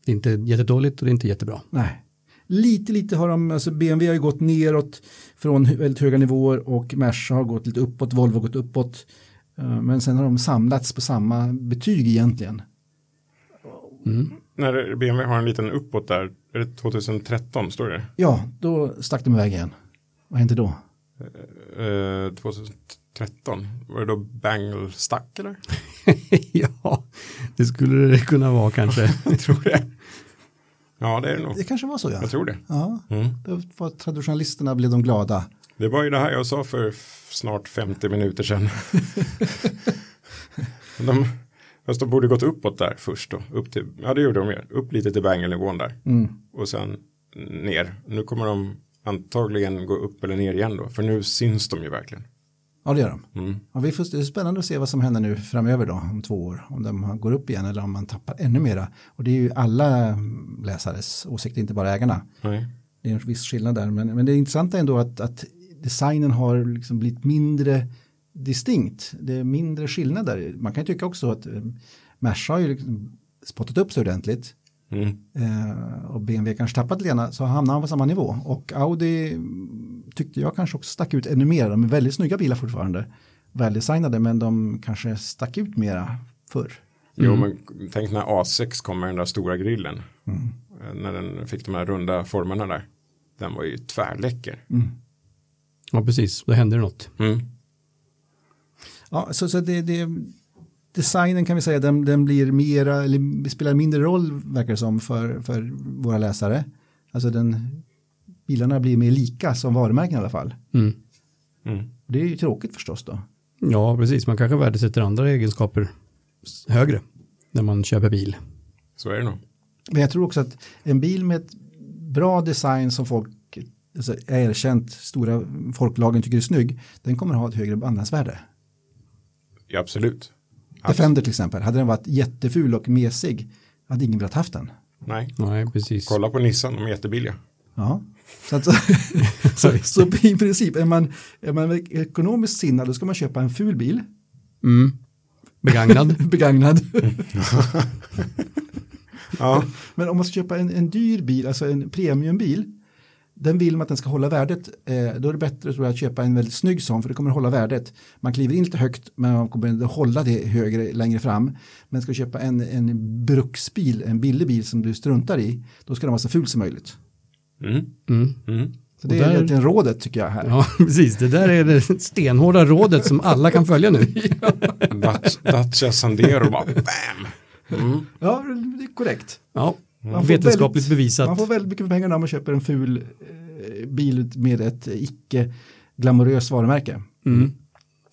S2: Det är inte jättedåligt och det är inte jättebra. [LAUGHS]
S3: nej. Lite, lite har de, alltså BMW har ju gått neråt från hu- väldigt höga nivåer och Merca har gått lite uppåt, Volvo har gått uppåt. Eh, Men sen har de samlats på samma betyg egentligen.
S1: När BMW har en liten uppåt där, är det 2013 står det?
S3: Ja, då stack de iväg igen. Vad hände då?
S1: Eh, 2013, var det då Bangle stack eller?
S2: ja, det skulle det kunna vara
S3: [LAUGHS]
S2: kanske.
S1: Jag tror det. Ja, det är det nog.
S3: Det kanske var så ja.
S1: Jag tror det.
S3: Ja,
S1: Mm.
S3: då var traditionalisterna blev de glada.
S1: Det var ju det här jag sa för f- snart 50 minuter sedan. de, fast de borde gått uppåt där först då. Upp till, ja det gjorde de ju. Upp lite till bangelnivån där. Och sen ner. Nu kommer de antagligen gå upp eller ner igen då. För nu syns de ju verkligen.
S3: Ja, det gör de.
S1: Mm.
S3: Ja, vi får, det är spännande att se vad som händer nu framöver då, om två år. Om de går upp igen eller om man tappar ännu mera. Och det är ju alla läsares åsikt, inte bara ägarna.
S1: Nej.
S3: Det är en viss skillnad där. Men, men det är intressant ändå att, att designen har liksom blivit mindre distinkt. Det är mindre skillnader. Man kan ju tycka också att eh, Merca har ju liksom spottat upp sig ordentligt.
S1: Mm.
S3: Eh, och BMW kanske tappat Lena så hamnar han på samma nivå. Och Audi mm, tyckte jag kanske också stack ut ännu mer. De är väldigt snygga bilar fortfarande. Väldesignade men de kanske stack ut mera förr.
S1: Jo men tänk när A6 kom med den där stora grillen. Eh, När den fick de här runda formerna där. Den var ju tvärläcker.
S2: ja, precis. Då händer det något.
S1: Mm.
S3: Ja, så, så det, det, designen kan vi säga den, den blir mera, eller spelar mindre roll verkar det som för, för våra läsare. Alltså den, bilarna blir mer lika som varumärken i alla fall.
S2: Mm.
S1: Mm.
S3: Det är ju tråkigt förstås då.
S2: Ja, precis. Man kanske värdesätter andra egenskaper s- högre. när man köper bil.
S1: Så är det nog.
S3: Men jag tror också att en bil med ett bra design som folk alltså, är erkänt, stora folklagen tycker är snygg, den kommer ha ett högre andrahandsvärde.
S1: Ja, absolut.
S3: Defender till exempel, hade den varit jätteful och mesig, hade ingen velat haft den.
S1: Nej,
S2: Nej, precis.
S1: kolla på Nissan, de är jättebilliga.
S3: Ja. Så, att, [LAUGHS] så, så i princip, är man, är man ekonomiskt sinnad, då ska man köpa en ful bil, [LAUGHS]
S2: Begagnad.
S3: begagnad.
S1: Ja,
S3: [LAUGHS] Men om man ska köpa en, en dyr bil, alltså en premiumbil, den vill man att den ska hålla värdet. Eh, då är det bättre tror jag, att köpa en väldigt snygg sån, för det kommer hålla värdet. Man kliver in lite högt, men man kommer ändå hålla det högre längre fram. Men ska du köpa en, en bruksbil, en billig bil som du struntar i, då ska den vara så ful som möjligt.
S1: mm.
S3: Så det
S2: Och
S3: är
S2: där-
S3: egentligen rådet tycker jag här.
S2: Ja, precis. Det där är det stenhårda rådet som alla kan följa
S3: [LAUGHS]
S2: nu.
S1: Dat- Dacia Sandero bara bam.
S3: Ja, det är korrekt.
S2: Ja,
S3: Man får
S2: vetenskapligt
S3: väldigt-
S2: bevisat.
S3: Man får väldigt mycket för pengarna om man köper en ful eh, bil med ett icke glamoröst varumärke.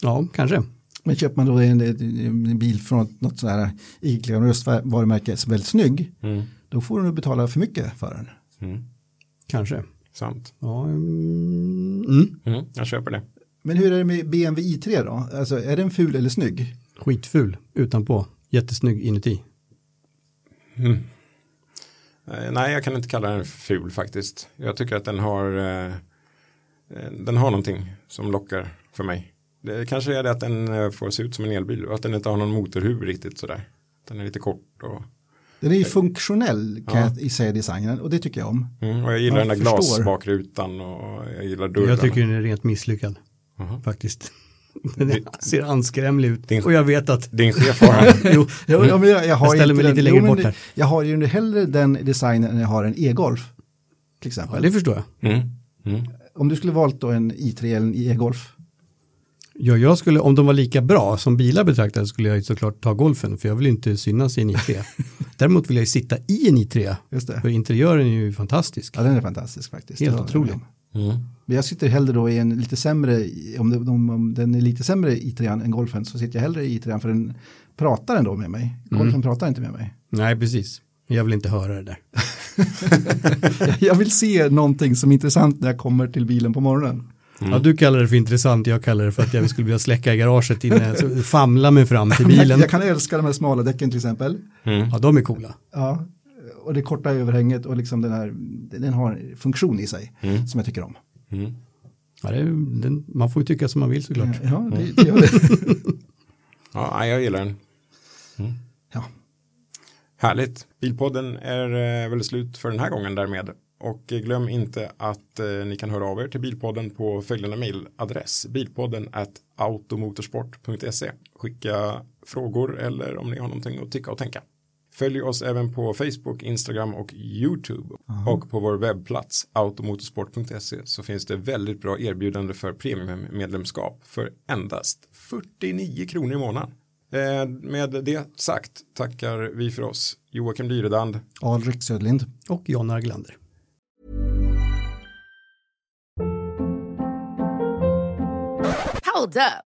S2: Ja, kanske.
S3: Men köper man då en, en, en bil från något sådär här iglaröst varumärke som är väldigt snygg,
S2: Mm.
S3: då får du nog betala för mycket för den.
S2: Kanske.
S1: Sant.
S2: Ja, mm, mm.
S1: Mm. Jag köper det.
S3: Men hur är det med BMW i3 då? Alltså är den ful eller snygg?
S2: Skitful utanpå, jättesnygg inuti.
S1: Eh, Nej, jag kan inte kalla den ful faktiskt. Jag tycker att den har eh, eh, den har någonting som lockar för mig. Det kanske är det att den eh, får se ut som en elbil och att den inte har någon motorhuv riktigt sådär. Den är lite kort och,
S3: Den
S2: Eh,
S3: är ju funktionell kan jag i säga designen och det tycker jag om.
S1: mm, och jag gillar
S3: Jag
S1: den där
S3: förstår.
S1: glasbakrutan och jag gillar dörrarna.
S2: Jag tycker den är rent misslyckad. Faktiskt. [LAUGHS] Den
S1: Det-
S2: ser anskrämlig
S1: Det-
S2: ut. Och jag vet att...
S1: Din chef har den.
S2: [LAUGHS] Jo,
S3: Ja, ja, men jag, jag, har
S2: Jag ställer mig
S3: inte den-
S2: lite längre
S3: men
S2: bort här.
S3: Jag har ju hellre den designen än jag har en e-golf. Till
S2: ja,
S3: exempel.
S2: det förstår jag.
S1: Mm. Mm.
S3: Om du skulle valt då en i3 eller en e-golf.
S2: Ja, jag skulle, om de var lika bra som bilar betraktade skulle jag ju såklart ta golfen för jag vill ju inte synas i en i3. Däremot vill jag ju sitta i en i3.
S3: Just det.
S2: För interiören är ju fantastisk.
S3: Ja, den är fantastisk faktiskt.
S2: Helt
S3: Det håller jag
S2: otrolig.
S3: med om. Men jag sitter hellre då i en lite sämre, i- om, det, om, om den är lite sämre i trean än golfen så sitter jag hellre i trean för den pratar ändå med mig. Golfen pratar inte med mig. [LAUGHS]
S2: Nej, precis. Jag vill inte höra det där.
S3: Jag- Jag vill se någonting som är intressant när jag kommer till bilen på morgonen.
S2: Ja, du kallar det för intressant, jag kallar det för att jag skulle vilja släcka i garaget innan jag så famla mig fram till
S3: Jag, [LAUGHS]
S2: bilen.
S3: jag kan älska de här smala däcken till exempel.
S2: Ja, de är coola.
S3: Ja, och det korta överhänget och liksom den här, den har funktion i sig som jag tycker om.
S2: Ja, det är, den, man får ju tycka som man vill såklart.
S3: Ja, det, det gör
S2: [LAUGHS]
S3: det.
S1: Ja, nej, jag gillar den.
S3: Ja.
S1: Härligt. Bilpodden är eh, väl slut för den här gången därmed. Och eh, glöm inte att eh, ni kan höra av er till Bilpodden på följande mailadress. Bilpodden at automotorsport.se. Skicka frågor eller om ni har någonting att tycka och tänka. Följ oss även på Facebook, Instagram och YouTube. Och på vår webbplats automotorsport.se så finns det väldigt bra erbjudande för premiummedlemskap för endast 49 kronor i månaden. Eh, Med det sagt tackar vi för oss. Joakim Dyredand.
S3: Alrik Södlind.
S2: Och John Arglander.
S6: Hold up.